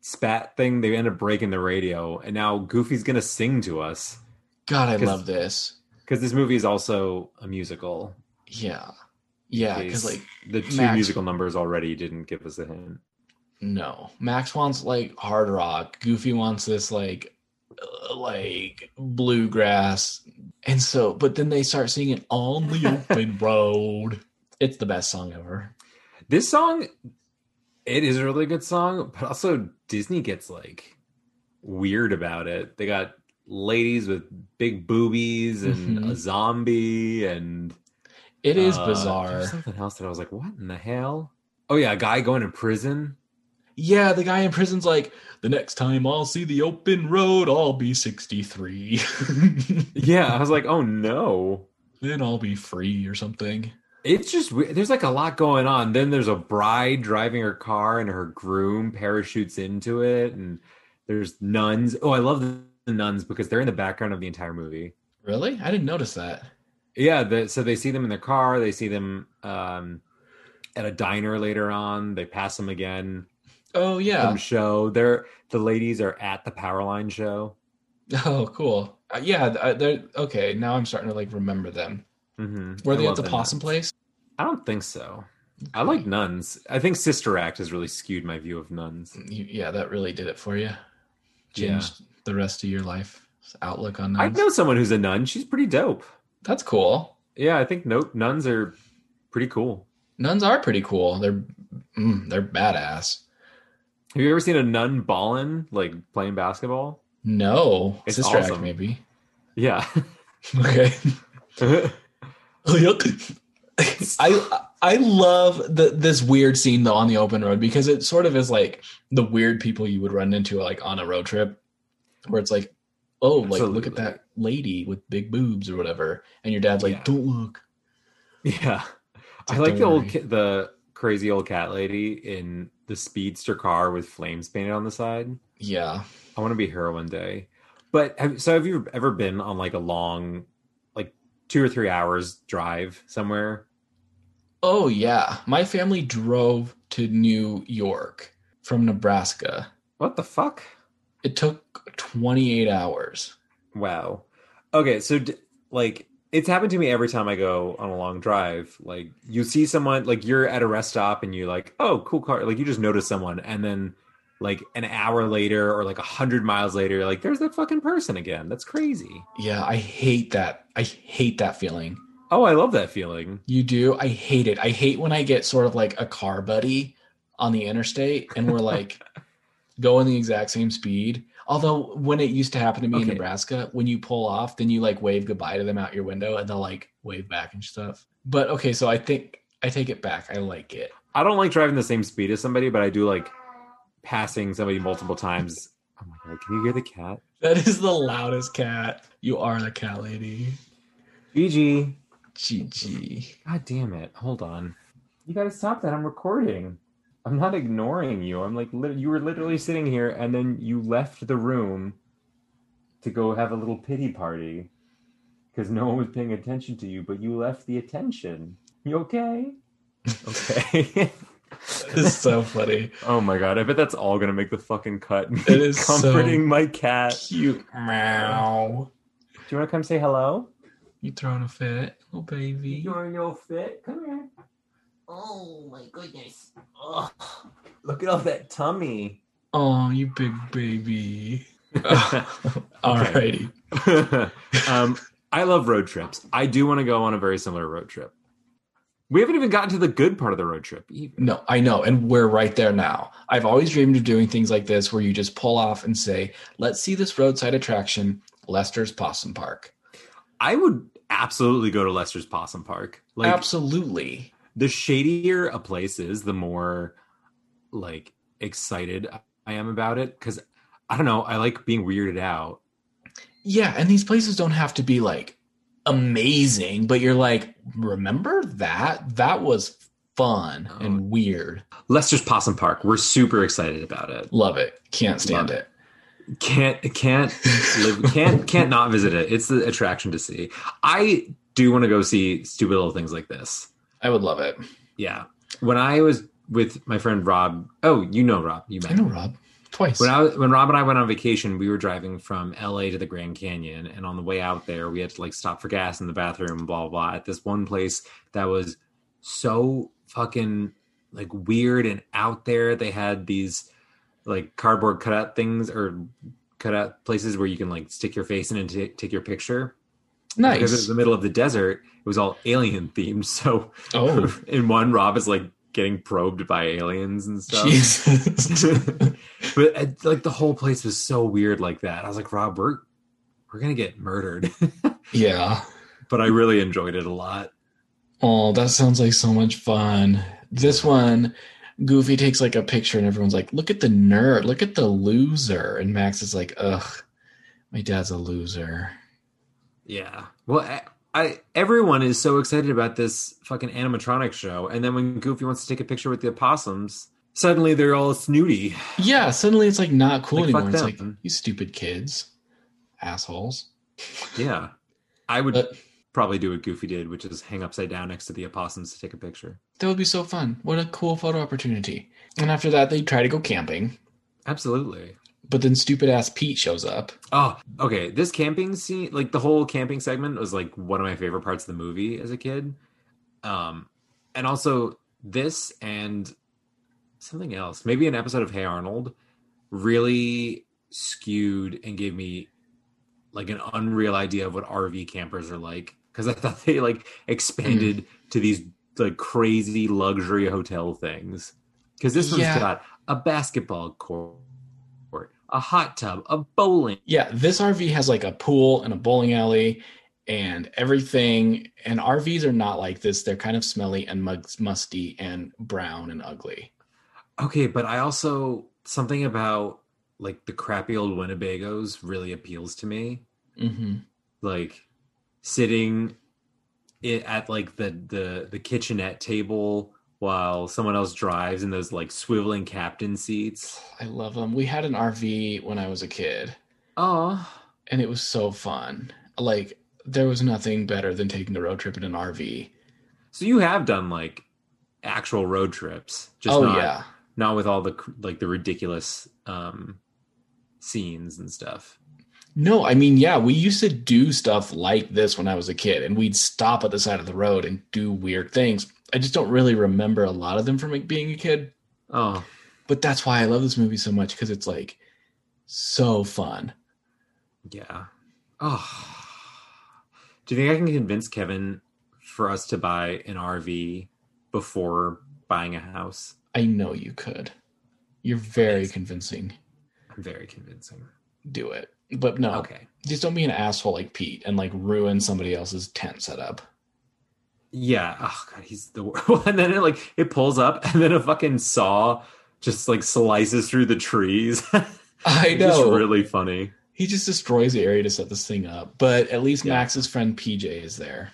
Speaker 2: spat thing. They end up breaking the radio, and now Goofy's gonna sing to us
Speaker 1: God, I
Speaker 2: 'Cause-
Speaker 1: love this.
Speaker 2: because this movie is also a musical.
Speaker 1: Yeah, yeah. Because like
Speaker 2: the two
Speaker 1: Max-
Speaker 2: musical numbers already didn't give us a hint.
Speaker 1: No, Max wants like hard rock. Goofy wants this like uh, like bluegrass. And so, but then they start singing on the open road. It's the best song ever.
Speaker 2: This song, it is a really good song, but also Disney gets like weird about it. They got ladies with big boobies and
Speaker 1: Mhm.
Speaker 2: a zombie, and
Speaker 1: It is
Speaker 2: uh,
Speaker 1: bizarre.
Speaker 2: there's Something else that I was like, what in the hell? Oh yeah, a guy going to prison.
Speaker 1: Yeah, the guy in prison's like, the next time I'll see the open road, I'll be 63.
Speaker 2: Yeah, I was like, oh no.
Speaker 1: then I'll be free or something.
Speaker 2: It's just we- there's like a lot going on. Then there's a bride driving her car, and her groom parachutes into it, and there's nuns. Oh, I love the the nuns because they're in the background of the entire movie.
Speaker 1: Really? I didn't notice that.
Speaker 2: Yeah, the, so they see them in their car. They see them um, at a diner later on. They pass them again.
Speaker 1: Oh,
Speaker 2: Some
Speaker 1: yeah.
Speaker 2: show. They're the ladies are at the Powerline show.
Speaker 1: Oh, cool. Uh, yeah, th- uh, they're okay. Now I'm starting to like remember them.
Speaker 2: Mm-hmm.
Speaker 1: Were they at the Possum Place?
Speaker 2: I don't think so. I like nuns. I think Sister Act has really skewed my view of nuns.
Speaker 1: You, yeah, that really did it for you.
Speaker 2: Yeah.
Speaker 1: Changed the rest of your life outlook on
Speaker 2: I
Speaker 1: nuns.
Speaker 2: know someone who's a nun. She's pretty dope.
Speaker 1: That's cool.
Speaker 2: Yeah, I think nope nuns are pretty cool.
Speaker 1: Nuns are pretty cool. They're mm, they're badass.
Speaker 2: Have you ever seen a nun ballin like playing basketball?
Speaker 1: No,
Speaker 2: It's
Speaker 1: sister act
Speaker 2: awesome.
Speaker 1: maybe.
Speaker 2: Yeah.
Speaker 1: Okay. I I love the, this weird scene though on the open road because it sort of is like the weird people you would run into like on a road trip, where it's like, oh, like look
Speaker 2: Absolutely.
Speaker 1: at that lady with big boobs or whatever, and your dad's like,
Speaker 2: Yeah.
Speaker 1: don't look.
Speaker 2: Yeah,
Speaker 1: like,
Speaker 2: I
Speaker 1: don't
Speaker 2: like the old
Speaker 1: worry.
Speaker 2: ki- the crazy old cat lady in the speedster car with flames painted on the side.
Speaker 1: Yeah.
Speaker 2: I want to be her one day. But have, so have you ever been on like a long, like two or three hours drive somewhere?
Speaker 1: Oh yeah, my family drove to New York from Nebraska.
Speaker 2: What the fuck?
Speaker 1: It took 28 hours.
Speaker 2: Wow. Okay, so d- like it's happened to me every time I go on a long drive. Like you see someone, like you're at a rest stop and you're like, "Oh, cool car!" Like you just notice someone, and then like an hour later or like a hundred miles later, you're like there's that fucking person again. That's crazy.
Speaker 1: Yeah, I hate that. I hate that feeling.
Speaker 2: Oh, I love that feeling.
Speaker 1: You do? I hate it. I hate when I get sort of like a car buddy on the interstate and we're like going the exact same speed. Although when it used to happen to me in
Speaker 2: Okay.
Speaker 1: Nebraska, when you pull off, then you like wave goodbye to them out your window and they'll like wave back and stuff. But okay, so I think I take it back. I like it.
Speaker 2: I don't like driving the same speed as somebody, but I do like passing somebody multiple times. Oh my god, can you hear the cat?
Speaker 1: That is the loudest cat. You are the cat lady.
Speaker 2: GG.
Speaker 1: GG.
Speaker 2: God damn it. Hold on. You gotta stop that. I'm recording. I'm not ignoring you. I'm like, lit- you were literally sitting here and then you left the room to go have a little pity party because no one was paying attention to you, but you left the attention. You okay? Okay.
Speaker 1: This is so funny.
Speaker 2: oh my god. I bet that's all gonna make the fucking cut.
Speaker 1: It is so-
Speaker 2: comforting my cat.
Speaker 1: Cute meow.
Speaker 2: Do you wanna come say hello?
Speaker 1: You throwing a fit, little baby.
Speaker 2: want no fit? Come here.
Speaker 4: Oh my goodness. Ugh.
Speaker 2: Look at all that tummy.
Speaker 1: Oh, you big baby.
Speaker 2: Okay.
Speaker 1: Alrighty.
Speaker 2: um, I love road trips. I do want to go on a very similar road trip. We haven't even gotten to the good part of the road trip. E, Even.
Speaker 1: No, I know. And we're right there now. I've always dreamed of doing things like this where you just pull off and say, let's see this roadside attraction, Lester's Possum Park.
Speaker 2: I would absolutely go to Lester's Possum Park. Like
Speaker 1: Absolutely.
Speaker 2: the shadier a place is, the more like excited I am about it. Because I don't know, I like being weirded out.
Speaker 1: Yeah. And these places don't have to be like amazing, but you're like, remember that? That was fun
Speaker 2: Oh.
Speaker 1: and weird.
Speaker 2: Lester's Possum Park. We're super excited about it.
Speaker 1: Love it. Can't stand
Speaker 2: Love
Speaker 1: it.
Speaker 2: can't can't live can't can't not visit it it's the attraction to see i do want to go see stupid little things like this
Speaker 1: I would love it.
Speaker 2: yeah when i was with my friend rob oh you know rob you
Speaker 1: I
Speaker 2: met
Speaker 1: know
Speaker 2: him.
Speaker 1: Rob twice.
Speaker 2: when i was, when rob and i went on vacation we were driving from la to the grand canyon and on the way out there we had to like stop for gas in the bathroom blah blah, blah at this one place that was so fucking like weird and out there. They had these like cardboard cutout things or cutout places where you can like stick your face in and ta- take your picture. Because it was
Speaker 1: nice.
Speaker 2: the middle of the desert. It was all alien themed. So
Speaker 1: Oh,
Speaker 2: in one, Rob is like getting probed by aliens and stuff.
Speaker 1: Jesus.
Speaker 2: but uh, like the whole place was so weird like that. I was like, Rob, we're we're gonna get murdered.
Speaker 1: yeah.
Speaker 2: but I really enjoyed it a lot.
Speaker 1: Oh, that sounds like so much fun. This one, Goofy takes like a picture and everyone's like, look at the nerd, look at the loser. And Max is like, ugh, my dad's a loser.
Speaker 2: Yeah. Well, I, I everyone is so excited about this fucking animatronic show, and then when Goofy wants to take a picture with the opossums, suddenly they're all snooty.
Speaker 1: Yeah, suddenly it's like not cool
Speaker 2: Like, fuck
Speaker 1: anymore. It's like,
Speaker 2: them.
Speaker 1: you stupid kids, assholes.
Speaker 2: Yeah. I would
Speaker 1: But-
Speaker 2: probably do what Goofy did, which is hang upside down next to the opossums to take a picture.
Speaker 1: That would be so fun. What a cool photo opportunity. And after that, they try to go camping,
Speaker 2: Absolutely.
Speaker 1: but then stupid ass Pete shows up.
Speaker 2: Oh, okay. This camping scene, like the whole camping segment, was like one of my favorite parts of the movie as a kid. Um, and also this and something else, maybe an episode of Hey Arnold, really skewed and gave me like an unreal idea of what RV campers are like because I thought they like expanded to these like crazy luxury hotel things because this
Speaker 1: Yeah.
Speaker 2: one's got a basketball court, a hot tub, a bowling.
Speaker 1: Yeah, this RV has like a pool and a bowling alley and everything. And RVs are not like this. They're kind of smelly and mug- musty and brown and ugly.
Speaker 2: Okay, but I also something about like the crappy old Winnebagos really appeals to me.
Speaker 1: hmm
Speaker 2: Like sitting i at like the the the kitchenette table while someone else drives in those like swiveling captain seats.
Speaker 1: I love them. We had an RV when I was a kid
Speaker 2: Oh,
Speaker 1: and it was so fun. Like, there was nothing better than taking a road trip in an RV.
Speaker 2: so you have done like actual road trips, just
Speaker 1: oh,
Speaker 2: not
Speaker 1: yeah.
Speaker 2: not with all the cr- like the ridiculous um scenes and stuff.
Speaker 1: No, I mean, yeah, we used to do stuff like this when I was a kid, and we'd stop at the side of the road and do weird things. I just don't really remember a lot of them from being a kid,
Speaker 2: Oh,
Speaker 1: but that's why I love this movie so much because it's like so fun.
Speaker 2: Yeah. Oh. Do you think I can convince Kevin for us to buy an RV before buying a house?
Speaker 1: I know you could. You're very
Speaker 2: Yes.
Speaker 1: convincing.
Speaker 2: I'm very convincing.
Speaker 1: do it. But no,
Speaker 2: Okay.
Speaker 1: just don't be an asshole like Pete and like ruin somebody else's tent setup.
Speaker 2: Yeah. Oh god, he's the worst. and then it like it pulls up, and then a fucking saw just like slices through the trees.
Speaker 1: I
Speaker 2: It's just
Speaker 1: know.
Speaker 2: really funny.
Speaker 1: he just destroys the area to set this thing up. But at least
Speaker 2: Yeah.
Speaker 1: Max's friend PJ is there.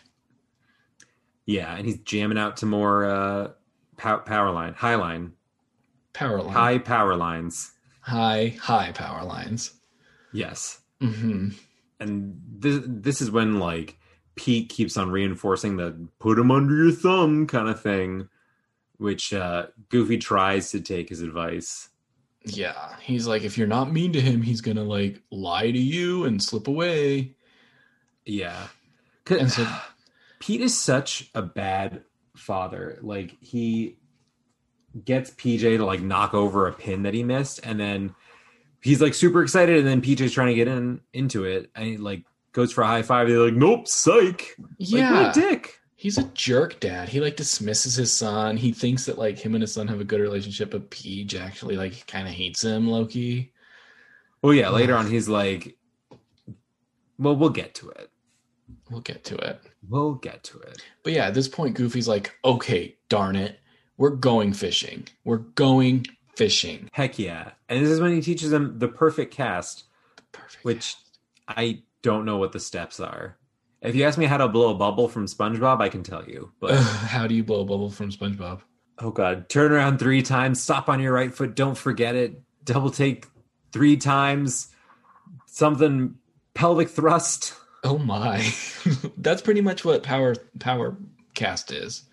Speaker 2: Yeah, and he's jamming out to more uh pow- power line, high line,
Speaker 1: Power line.
Speaker 2: high power lines.
Speaker 1: high, high power lines.
Speaker 2: Yes.
Speaker 1: hmm
Speaker 2: And this this is when like Pete keeps on reinforcing the put him under your thumb kind of thing, which uh Goofy tries to take his advice.
Speaker 1: Yeah. He's like, if you're not mean to him, he's going to like lie to you and slip away.
Speaker 2: Yeah.
Speaker 1: And so,
Speaker 2: Pete is such a bad father. Like he gets PJ to like knock over a pin that he missed, and then he's like super excited, and then PJ's trying to get in into it, and he like goes for a high five. They're like, "Nope, psych!"
Speaker 1: yeah.
Speaker 2: like, what a dick.
Speaker 1: He's a jerk dad. He like dismisses his son. He thinks that like him and his son have a good relationship, but Peach actually like kind of hates him, Loki.
Speaker 2: Well, yeah. Later on, he's like, "Well, we'll get to it.
Speaker 1: We'll get to it.
Speaker 2: We'll get to it."
Speaker 1: But yeah, at this point, Goofy's like, okay, darn it. We're going fishing. We're going fishing.
Speaker 2: Heck yeah! And this is when he teaches them the perfect cast,
Speaker 1: Perfect.
Speaker 2: which I don't know what the steps are. If you ask me how to blow a bubble from SpongeBob, I can tell you.
Speaker 1: Ugh,
Speaker 2: But
Speaker 1: how do you blow a bubble from SpongeBob?
Speaker 2: oh god, turn around three times, stop on your right foot, don't forget it, double take three times, something pelvic thrust.
Speaker 1: Oh my. That's pretty much what power power cast is.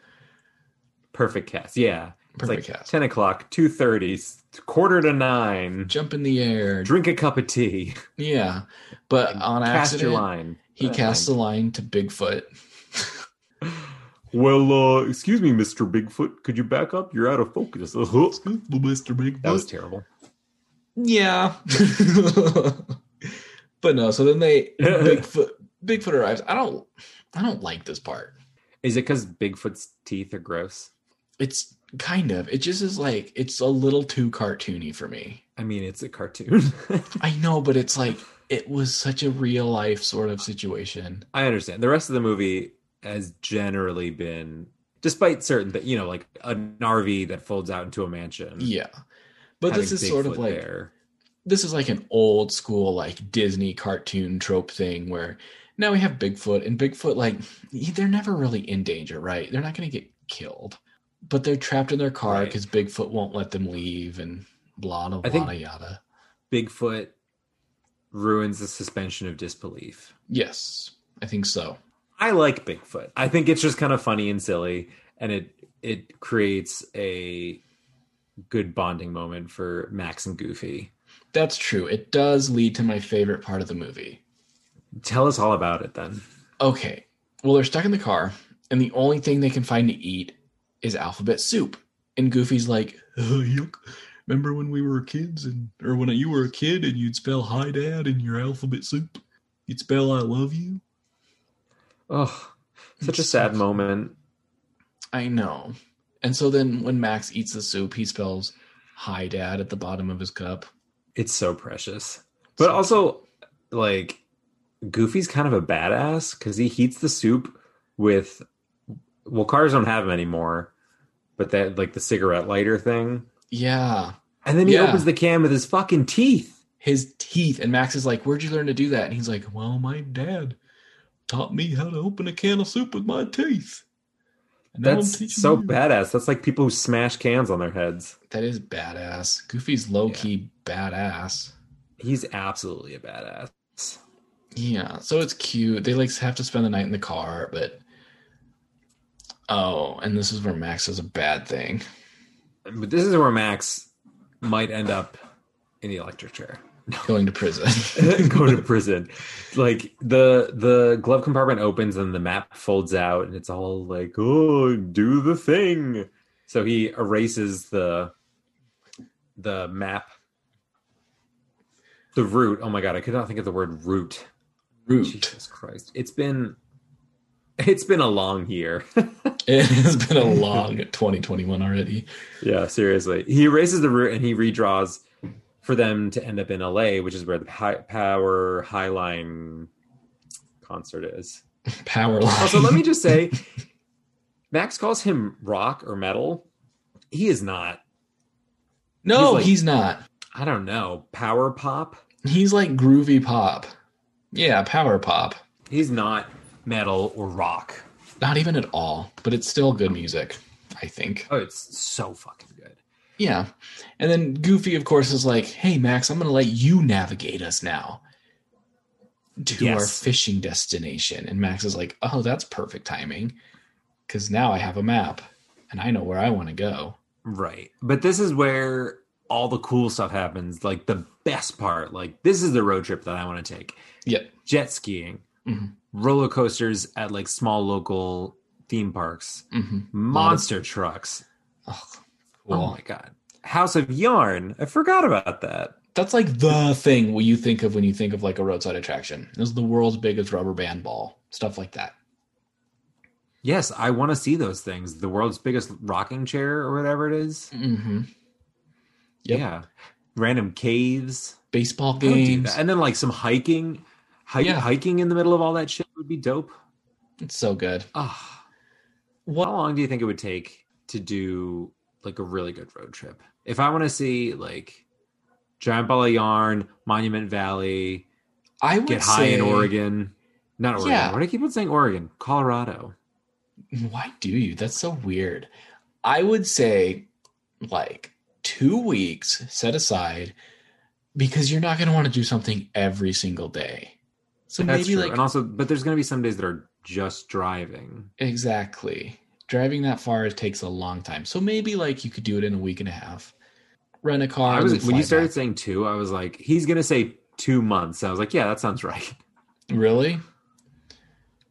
Speaker 2: Perfect cast, yeah.
Speaker 1: Perfect
Speaker 2: it's like
Speaker 1: cast.
Speaker 2: Ten o'clock, two thirty, quarter to nine.
Speaker 1: Jump in the air.
Speaker 2: Drink a cup of tea.
Speaker 1: Yeah. But on
Speaker 2: Cast
Speaker 1: accident,
Speaker 2: your line.
Speaker 1: he
Speaker 2: That
Speaker 1: casts a
Speaker 2: line.
Speaker 1: line to Bigfoot.
Speaker 2: Well, uh, excuse me, Mister Bigfoot. Could you back up? You're out of focus. Uh-huh.
Speaker 1: Mr. Bigfoot.
Speaker 2: That was terrible.
Speaker 1: Yeah. but no, so then they Bigfoot Bigfoot arrives. I don't I don't like this part.
Speaker 2: Is it because Bigfoot's teeth are gross?
Speaker 1: It's kind of it just is like it's a little too cartoony for me.
Speaker 2: I mean, it's a cartoon.
Speaker 1: I know, but it's like it was such a real life sort of situation.
Speaker 2: I understand. The rest of the movie has generally been, despite certain that you know, like an RV that folds out into a mansion.
Speaker 1: Yeah. But this
Speaker 2: having
Speaker 1: is sort of
Speaker 2: Bigfoot
Speaker 1: like
Speaker 2: there.
Speaker 1: this is like an old school like Disney cartoon trope thing where now we have Bigfoot and Bigfoot like they're never really in danger, right? They're not going to get killed, but they're trapped in their car
Speaker 2: Right.
Speaker 1: because Bigfoot won't let them leave and blah blah
Speaker 2: I
Speaker 1: blah
Speaker 2: think-
Speaker 1: yada.
Speaker 2: Bigfoot ruins the suspension of disbelief.
Speaker 1: Yes, I think so.
Speaker 2: I like Bigfoot. I think it's just kind of funny and silly, and it it creates a good bonding moment for Max and Goofy.
Speaker 1: That's true. It does lead to my favorite part of the movie.
Speaker 2: Tell us all about it then.
Speaker 1: Okay. Well, they're stuck in the car, and the only thing they can find to eat is alphabet soup. And Goofy's like, "Ugh, yuck. Remember when we were kids, and or when you were a kid, and you'd spell "Hi, Dad" in your alphabet soup? You'd spell "I love you."
Speaker 2: Oh, such a
Speaker 1: It's
Speaker 2: sad
Speaker 1: such-
Speaker 2: moment.
Speaker 1: I know. And so then, when Max eats the soup, he spells "Hi, Dad" at the bottom of his cup.
Speaker 2: It's so precious. But also, like, Goofy's kind of a badass because he heats the soup with, well, cars don't have them anymore, but that, like, the cigarette lighter thing.
Speaker 1: Yeah,
Speaker 2: And then he
Speaker 1: Yeah.
Speaker 2: opens the can with his fucking teeth.
Speaker 1: his teeth. And Max is like, "Where'd you learn to do that?" And he's like, "Well, my dad taught me how to open a can of soup with my teeth." And now I'm teaching
Speaker 2: That's so
Speaker 1: you."
Speaker 2: badass. That's like people who smash cans on their heads.
Speaker 1: That is badass. Goofy's low key badass.
Speaker 2: He's absolutely a badass.
Speaker 1: Yeah, so it's cute. They like have to spend the night in the car, but oh, and this is where Max does a bad thing.
Speaker 2: But this is where Max might end up in the electric chair.
Speaker 1: Going to prison.
Speaker 2: go to prison. Like the the glove compartment opens and the map folds out and it's all like, oh, do the thing. So he erases the the map. The route. Oh my god, I could not think of the word route.
Speaker 1: Root.
Speaker 2: Jesus Christ. It's been it's been a long year.
Speaker 1: It has been a long 2021 already.
Speaker 2: yeah, seriously. He erases the route and he redraws for them to end up in LA, which is where the Pi- Power Highline concert is.
Speaker 1: Power line.
Speaker 2: Also, let me just say, Max calls him rock or metal. He is not.
Speaker 1: no,
Speaker 2: he's like-
Speaker 1: he's not.
Speaker 2: I don't know. Power pop.
Speaker 1: He's like groovy pop. Yeah, power pop.
Speaker 2: He's not metal or rock.
Speaker 1: Not even at all, but it's still good music, I think.
Speaker 2: Oh, it's so fucking good.
Speaker 1: Yeah. And then Goofy, of course, is like, hey, Max, I'm going to let you navigate us now to our
Speaker 2: Yes.
Speaker 1: fishing destination. And Max is like, oh, that's perfect timing because now I have a map and I know where I want to go.
Speaker 2: Right. But this is where all the cool stuff happens. Like the best part. Like this is the road trip that I want to take.
Speaker 1: Yep.
Speaker 2: Jet skiing,
Speaker 1: Mhm.
Speaker 2: roller coasters at like small local theme parks,
Speaker 1: hmm
Speaker 2: monster trucks.
Speaker 1: Oh,
Speaker 2: Oh
Speaker 1: cool.
Speaker 2: my god. House of Yarn. I forgot about that.
Speaker 1: That's like the thing what you think of when you think of like a roadside attraction. This is the world's biggest rubber band ball, stuff like that.
Speaker 2: Yes, I want to see those things. The world's biggest rocking chair or whatever it is.
Speaker 1: hmm Yep.
Speaker 2: Yeah. Random caves.
Speaker 1: Baseball
Speaker 2: I would do
Speaker 1: games.
Speaker 2: that. And then like some hiking. Hi-
Speaker 1: Yeah.
Speaker 2: Hiking in the middle of all that shit would be dope.
Speaker 1: It's so good.
Speaker 2: Ah.
Speaker 1: What-
Speaker 2: How long do you think it would take to do like a really good road trip? If I want to see like Giant Ball of Yarn, Monument Valley,
Speaker 1: I would
Speaker 2: get high in
Speaker 1: say-
Speaker 2: Oregon. Not Oregon.
Speaker 1: Yeah.
Speaker 2: Why do I keep on saying Oregon? Colorado.
Speaker 1: Why do you? That's so weird. I would say like two weeks set aside because you're not going to want to do something every single day. So
Speaker 2: That's
Speaker 1: maybe
Speaker 2: true.
Speaker 1: like
Speaker 2: and also, but there's going to be some days that are just driving.
Speaker 1: exactly driving that far takes a long time. So maybe like you could do it in a week and a half. Rent a car.
Speaker 2: I
Speaker 1: and
Speaker 2: was
Speaker 1: then
Speaker 2: when you
Speaker 1: fly
Speaker 2: started saying two, I was like, he's gonna say two months. I was like, yeah, that sounds right.
Speaker 1: back. Really?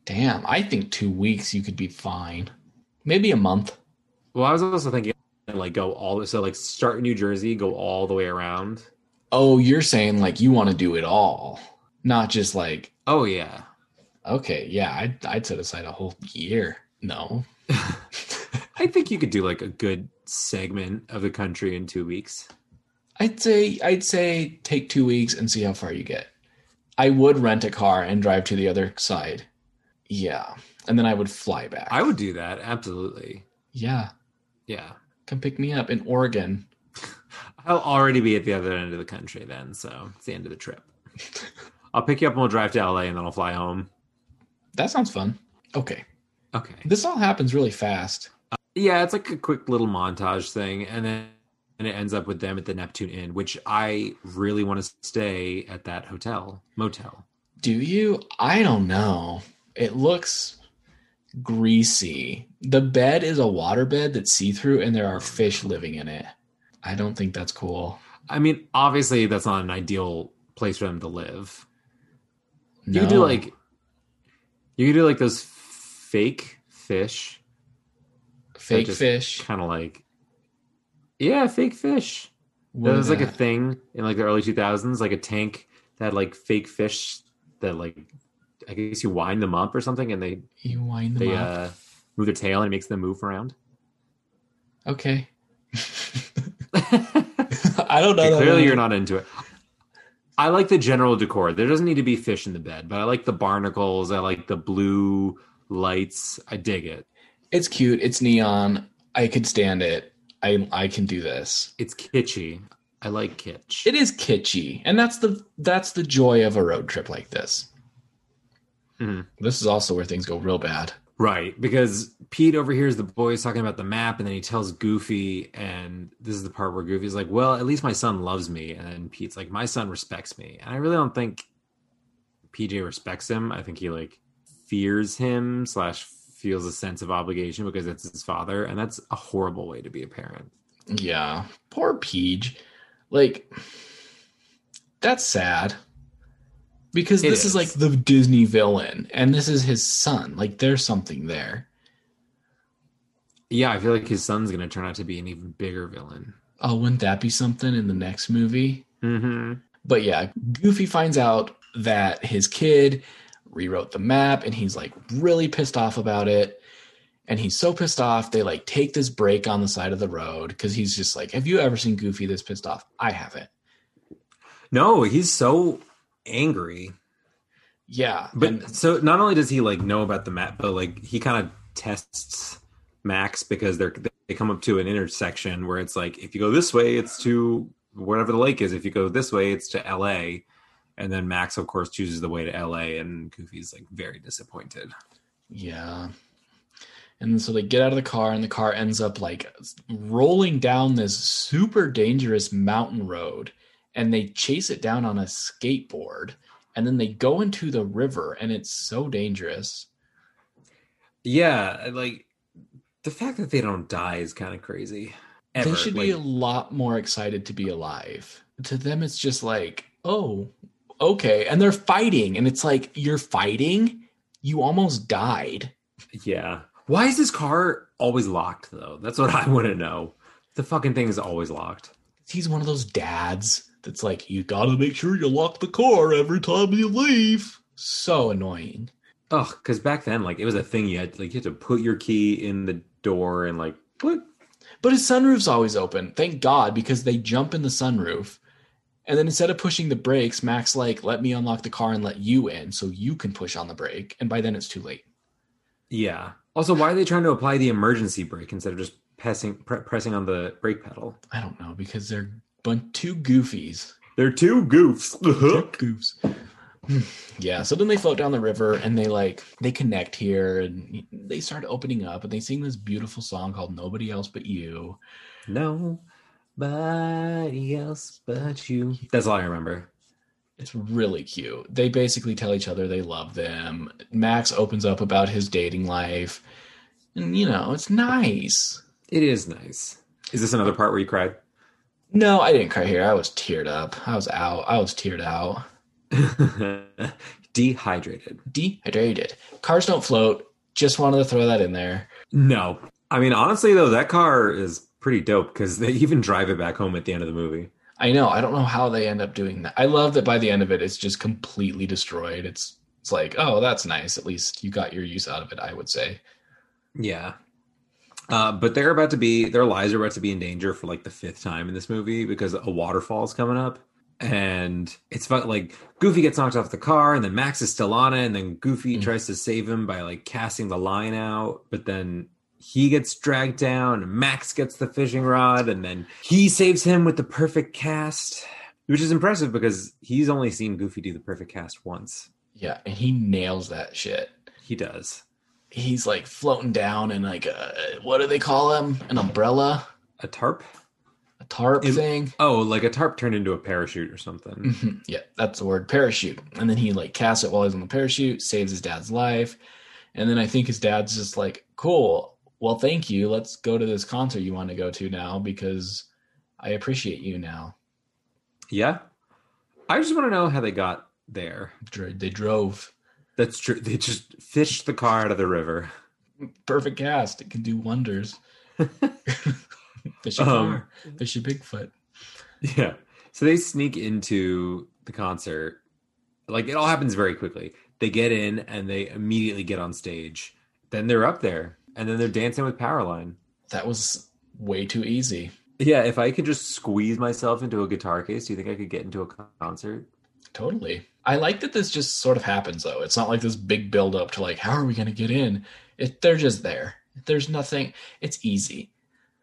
Speaker 1: Damn, I think two weeks you could be fine. Maybe a month.
Speaker 2: Well, I was also thinking like go all so like start in New Jersey, go all the way around.
Speaker 1: Oh, you're saying like you want to do it all, not just like
Speaker 2: Oh yeah,
Speaker 1: Okay, yeah, I'd, I'd set aside a whole year. No.
Speaker 2: I think you could do like a good segment of the country in two weeks.
Speaker 1: I'd say I'd say take 2 weeks and see how far you get. I would rent a car and drive to the other side. Yeah. And then I would fly back.
Speaker 2: I would do that absolutely.
Speaker 1: Yeah.
Speaker 2: Yeah,
Speaker 1: Come pick me up in Oregon.
Speaker 2: I'll already be at the other end of the country then, so it's the end of the trip. I'll pick you up and we'll drive to LA and then I'll fly home.
Speaker 1: That sounds fun. Okay.
Speaker 2: Okay.
Speaker 1: This all happens really fast.
Speaker 2: Yeah, it's like a quick little montage thing, and then and it ends up with them at the Neptune Inn, which I really want to stay at that hotel motel.
Speaker 1: Do you? I don't know. It looks greasy. The bed is a water bed that's see-through and there are fish living in it. I don't think that's cool.
Speaker 2: I mean, obviously that's not an ideal place for them to live. You
Speaker 1: no.
Speaker 2: could do like you could do like those fake fish,
Speaker 1: fake
Speaker 2: just
Speaker 1: fish.
Speaker 2: kind of like yeah, fake fish.
Speaker 1: What
Speaker 2: That
Speaker 1: is
Speaker 2: was like a
Speaker 1: that?
Speaker 2: thing in like the early two thousands, like a tank that had like fake fish that like I guess you wind them up or something, and they
Speaker 1: you wind them
Speaker 2: they
Speaker 1: up.
Speaker 2: uh, move their tail and it makes them move around. uh,
Speaker 1: okay.
Speaker 2: Okay,
Speaker 1: I don't know. that
Speaker 2: clearly,
Speaker 1: one.
Speaker 2: you're not into it. I like the general decor. There doesn't need to be fish in the bed, but I like the barnacles. I like the blue lights. I dig it.
Speaker 1: It's cute. It's neon. I could stand it. I I can do this.
Speaker 2: It's kitschy. I like kitsch.
Speaker 1: It is kitschy, and that's the that's the joy of a road trip like this.
Speaker 2: Mhm.
Speaker 1: This is also where things go real bad.
Speaker 2: Right, because Pete overhears the boys talking about the map, and then he tells Goofy, and this is the part where Goofy's like, "Well, at least my son loves me," and then Pete's like, "My son respects me," and I really don't think PJ respects him. I think he like fears him slash feels a sense of obligation because it's his father, and that's a horrible way to be a parent.
Speaker 1: Yeah, poor Peach. Like that's sad because
Speaker 2: It
Speaker 1: this is
Speaker 2: is.
Speaker 1: like the Disney villain, and this is his son. Like there's something there.
Speaker 2: Yeah, I feel like his son's gonna turn out to be an even bigger villain.
Speaker 1: Oh, wouldn't that be something in the next movie?
Speaker 2: Mm-hmm.
Speaker 1: But yeah, Goofy finds out that his kid rewrote the map and he's like really pissed off about it. And he's so pissed off, they like take this break on the side of the road because he's just like, Have you ever seen Goofy this pissed off? I haven't.
Speaker 2: No, he's so angry.
Speaker 1: Yeah.
Speaker 2: But
Speaker 1: and-
Speaker 2: so not only does he like know about the map, but like he kind of tests Max because they're they come up to an intersection where it's like if you go this way, it's to whatever the lake is. If you go this way, it's to L.A. And then Max, of course, chooses the way to L.A. And Goofy's like very disappointed.
Speaker 1: yeah. And so they get out of the car, and the car ends up like rolling down this super dangerous mountain road, and they chase it down on a skateboard, and then they go into the river, and it's so dangerous.
Speaker 2: Yeah, like the fact that they don't die is kind of crazy.
Speaker 1: They should be a
Speaker 2: Like,
Speaker 1: lot more excited to be alive. To them, it's just like, oh, okay. And they're fighting. And it's like, you're fighting? You almost died.
Speaker 2: yeah. Why is this car always locked though? That's what I want to know. The fucking thing is always locked.
Speaker 1: He's one of those dads that's like, you gotta make sure you lock the car every time you leave. So annoying.
Speaker 2: Oh, because back then, like it was a thing you had like you had to put your key in the door and like what?
Speaker 1: But his sunroof's always open. Thank God, because they jump in the sunroof. And then instead of pushing the brakes, Max like, let me unlock the car and let you in so you can push on the brake. And by then it's too late.
Speaker 2: Yeah. Also, why are they trying to apply the emergency brake instead of just pressing pre- pressing on the brake pedal?
Speaker 1: I don't know, because they're bun- two goofies.
Speaker 2: They're two goofs.
Speaker 1: goofs. Yeah, so then they float down the river and they like they connect here and they start opening up and they sing this beautiful song called Nobody Else But You.
Speaker 2: Nobody else but you. That's all I remember.
Speaker 1: It's really cute. They basically tell each other they love them. Max opens up about his dating life. And you know, it's nice.
Speaker 2: It is nice. Is this another part where you cried?
Speaker 1: No, I didn't cry here. I was teared up. I was out. I was teared out.
Speaker 2: Dehydrated.
Speaker 1: Dehydrated. Cars don't float. Just wanted to throw that in there.
Speaker 2: No. I mean, honestly, though, that car is pretty dope because they even drive it back home at the end of the movie.
Speaker 1: I know. I don't know how they end up doing that. I love that by the end of it, it's just completely destroyed. It's it's like, oh, that's nice. At least you got your use out of it. I would say.
Speaker 2: Yeah. Uh, but they're about to be their lives are about to be in danger for like the fifth time in this movie because a waterfall's coming up and it's about like Goofy gets knocked off the car and then Max is still on it and then Goofy
Speaker 1: Mm.
Speaker 2: tries to save him by like casting the line out but then he gets dragged down and Max gets the fishing rod and then he saves him with the perfect cast which is impressive because he's only seen Goofy do the perfect cast once.
Speaker 1: Yeah, and he nails that shit.
Speaker 2: He does.
Speaker 1: He's like floating down in like a what do they call him? An umbrella,
Speaker 2: A tarp?
Speaker 1: a tarp
Speaker 2: Im-
Speaker 1: thing.
Speaker 2: Oh, like a tarp turned into a parachute or something.
Speaker 1: Mhm. yeah, that's the word parachute. And then he like casts it while he's on the parachute, saves his dad's life, and then I think his dad's just like, cool. Well, thank you. Let's go to this concert you want to go to now because I appreciate you now.
Speaker 2: Yeah. I just want to know how they got there.
Speaker 1: Dr- They drove.
Speaker 2: That's true. They just fished the car out of the river.
Speaker 1: Perfect cast. It can do wonders. Fish a
Speaker 2: Um,
Speaker 1: car. Fish a Bigfoot.
Speaker 2: Yeah. So they sneak into the concert. Like it all happens very quickly. They get in and they immediately get on stage. Then they're up there and then they're dancing with Powerline.
Speaker 1: That was way too easy.
Speaker 2: Yeah, if I could just squeeze myself into a guitar case, do you think I could get into a concert?
Speaker 1: Totally. I like that this just sort of happens though. It's not like this big build up to like how are we going to get in? It, they're just there. There's nothing. It's easy.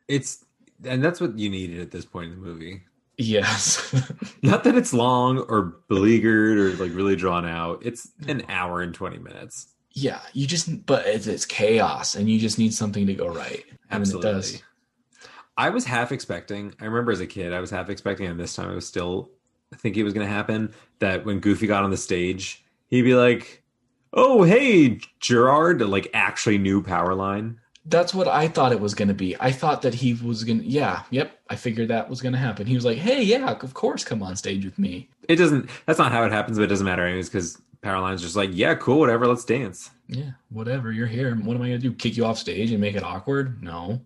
Speaker 2: It's and that's what you needed at this point in the movie.
Speaker 1: Yes.
Speaker 2: Not that it's long or beleaguered or like really drawn out. It's an hour and 20 minutes.
Speaker 1: yeah. You just but it's, it's chaos and you just need something to go right. And then it
Speaker 2: Absolutely.
Speaker 1: does.
Speaker 2: I was half expecting, I remember as a kid, I was half expecting, and this time I was still thinking it was going to happen that when Goofy got on the stage, he'd be like, Oh, hey, Gerard, like actually new power line.
Speaker 1: That's what I thought it was going to be. I thought that he was going to, yeah, yep. I figured that was going to happen. He was like, hey, yeah, of course, come on stage with me.
Speaker 2: It doesn't, that's not how it happens, but it doesn't matter anyways because power line's just like, Yeah, cool, whatever, let's dance.
Speaker 1: Yeah, whatever, you're here. What am I going to do? Kick you off stage and make it awkward? No.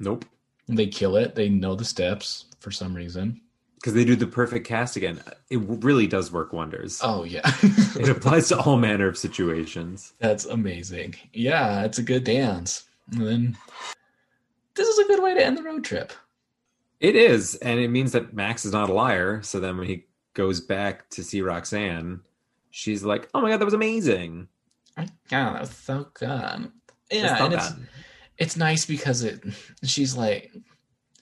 Speaker 2: Nope.
Speaker 1: They kill it. They know the steps for some reason.
Speaker 2: Because they do the perfect cast again. It really does work wonders.
Speaker 1: Oh, yeah.
Speaker 2: It applies to all manner of situations.
Speaker 1: That's amazing. Yeah, it's a good dance. And then this is a good way to end the road trip.
Speaker 2: It is, and it means that Max is not a liar. So then when he goes back to see Roxanne, she's like, "Oh my god, that was amazing!"
Speaker 1: God, that was so good. Yeah, and it's it's nice because it she's like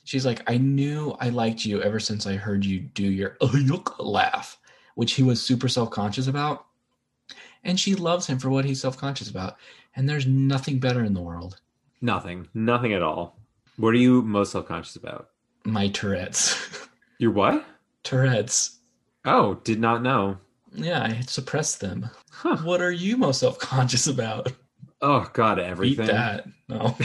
Speaker 1: she's like I knew I liked you ever since I heard you do your oh yuck laugh, which he was super self conscious about, and she loves him for what he's self conscious about. And there's nothing better in the world.
Speaker 2: nothing, nothing at all. What are you most self conscious about?
Speaker 1: My Tourette's,
Speaker 2: Your what?
Speaker 1: Tourette's.
Speaker 2: Oh, did not know.
Speaker 1: Yeah, I had suppressed them.
Speaker 2: Huh.
Speaker 1: What are you most self conscious about?
Speaker 2: Oh god, everything.
Speaker 1: Eat that. No,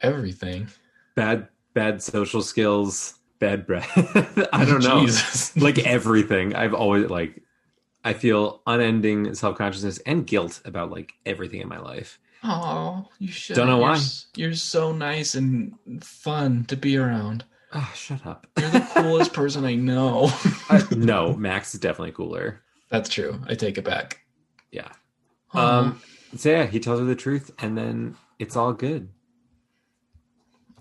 Speaker 1: everything.
Speaker 2: bad, bad social skills, bad breath. I don't know.
Speaker 1: Jesus.
Speaker 2: like everything i've always like i feel unending self-consciousness and guilt about like everything in my life
Speaker 1: Oh, you should.
Speaker 2: Don't know
Speaker 1: You're
Speaker 2: why.
Speaker 1: s- You're so nice and fun to be around.
Speaker 2: oh shut up
Speaker 1: You're the coolest person I know.
Speaker 2: Uh, no max is definitely cooler
Speaker 1: That's true. I take it back.
Speaker 2: yeah
Speaker 1: Um,
Speaker 2: um so yeah he tells her the truth and then it's all good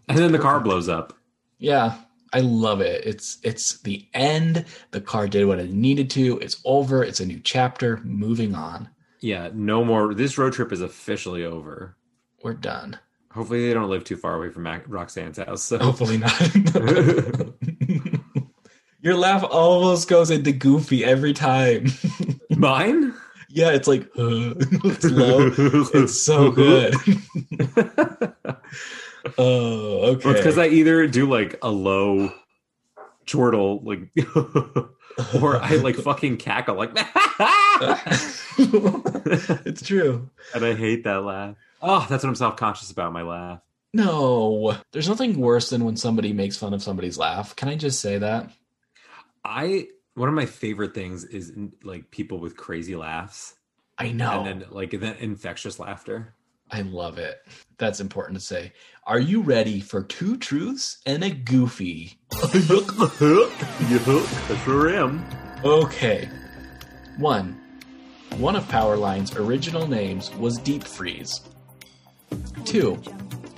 Speaker 2: and then the car blows up
Speaker 1: yeah, I love it. It's it's the end. The car did what it needed to. It's over. It's a new chapter. Moving on.
Speaker 2: yeah no more this road trip is officially over
Speaker 1: We're done.
Speaker 2: hopefully they don't live too far away from Mac- roxanne's house so
Speaker 1: Hopefully not. Your laugh almost goes into goofy every time.
Speaker 2: mine
Speaker 1: yeah, it's like uh, it's low. It's so good. oh, okay.
Speaker 2: Well, it's because I either do like a low chortle, like, or I like fucking cackle, like,
Speaker 1: it's true.
Speaker 2: and I hate that laugh. Oh, that's what I'm self conscious about my laugh.
Speaker 1: No, there's nothing worse than when somebody makes fun of somebody's laugh. Can I just say that?
Speaker 2: I, one of my favorite things is like people with crazy laughs
Speaker 1: I know.
Speaker 2: and then like that infectious laughter.
Speaker 1: I love it. That's important to say. Are you ready for two truths and a goofy?
Speaker 2: I sure am.
Speaker 1: Okay. One. One of Powerline's original names was Deep Freeze. Two.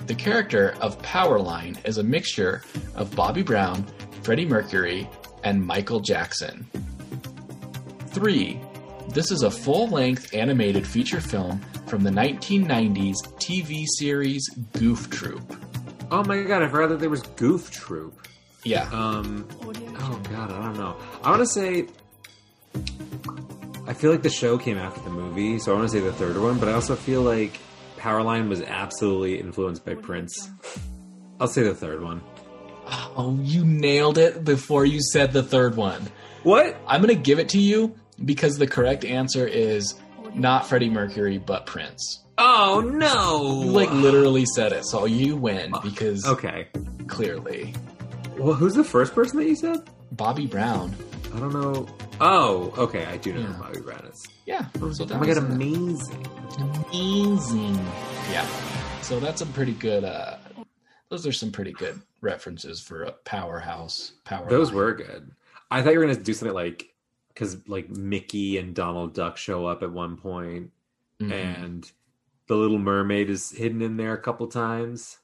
Speaker 1: The character of Powerline is a mixture of Bobby Brown, Freddie Mercury, and Michael Jackson. Three. This is a full length animated feature film from the 1990s TV series Goof Troop.
Speaker 2: Oh my god, I forgot that there was Goof Troop.
Speaker 1: Yeah.
Speaker 2: Um, oh god, I don't know. I want to say, I feel like the show came after the movie, so I want to say the third one. But I also feel like Powerline was absolutely influenced by Prince. I'll say the third one.
Speaker 1: Oh, you nailed it before you said the third one.
Speaker 2: What?
Speaker 1: I'm going to give it to you because the correct answer is not Freddie Mercury, but Prince.
Speaker 2: Oh no!
Speaker 1: You like literally said it, so you win because
Speaker 2: Okay.
Speaker 1: clearly
Speaker 2: Well, who's the first person that you said?
Speaker 1: Bobby Brown.
Speaker 2: I don't know. Oh, okay. I do know
Speaker 1: Yeah.
Speaker 2: who Bobby Brown is.
Speaker 1: Yeah. So
Speaker 2: oh
Speaker 1: that
Speaker 2: my god,
Speaker 1: was, uh,
Speaker 2: amazing!
Speaker 1: amazing. Yeah. So that's a pretty good. uh Those are some pretty good references for a powerhouse. Power.
Speaker 2: Those
Speaker 1: line.
Speaker 2: were good. I thought you were gonna do something like because like Mickey and Donald Duck show up at one point,
Speaker 1: Mhm.
Speaker 2: and the Little Mermaid is hidden in there a couple times.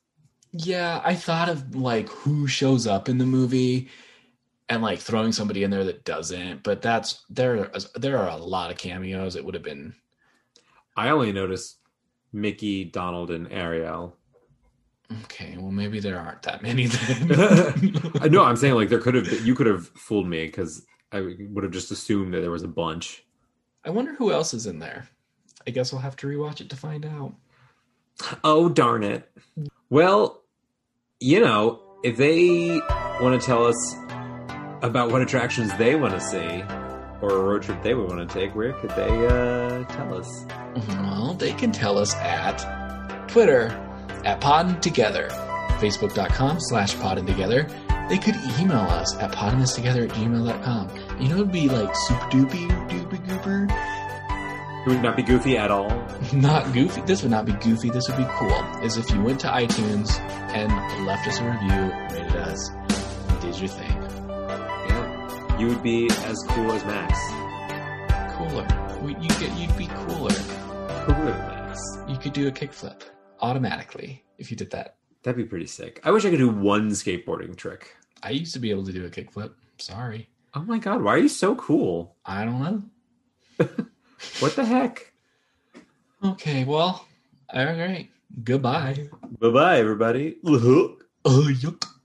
Speaker 1: Yeah, I thought of like who shows up in the movie and like throwing somebody in there that doesn't, but that's there is- there are a lot of cameos. It would have been
Speaker 2: I only noticed Mickey, Donald, and Ariel.
Speaker 1: okay, well maybe there aren't that many then.
Speaker 2: I know Uh, I'm saying like there could have you could have fooled me because I would have just assumed that there was a bunch.
Speaker 1: I wonder who else is in there. I guess we'll have to rewatch it to find out.
Speaker 2: Oh darn it! Well, you know if they want to tell us about what attractions they want to see or a road trip they would want to take, where could they uh, tell us?
Speaker 1: Well, they can tell us at Twitter at Podden Together, Facebook.com slash Podden Together. They could email us at together at gmail.com. You know, it would be like super doopy, doopy gooper.
Speaker 2: It would not be goofy at all.
Speaker 1: not goofy. This would not be goofy. This would be cool. Is if you went to iTunes and left us a review, rated us, did your thing.
Speaker 2: Yeah, you would be as cool as Max.
Speaker 1: Cooler. We- You get. You'd be cooler.
Speaker 2: Cooler than Max.
Speaker 1: You could do a kickflip automatically if you did that.
Speaker 2: That'd be pretty sick. I wish I could do one skateboarding trick.
Speaker 1: I used to be able to do a kickflip. Sorry.
Speaker 2: Oh my god, why are you so cool?
Speaker 1: I don't know.
Speaker 2: What the heck?
Speaker 1: Okay, well, all right. Goodbye.
Speaker 2: Bye bye, everybody.
Speaker 1: Oh, yuck.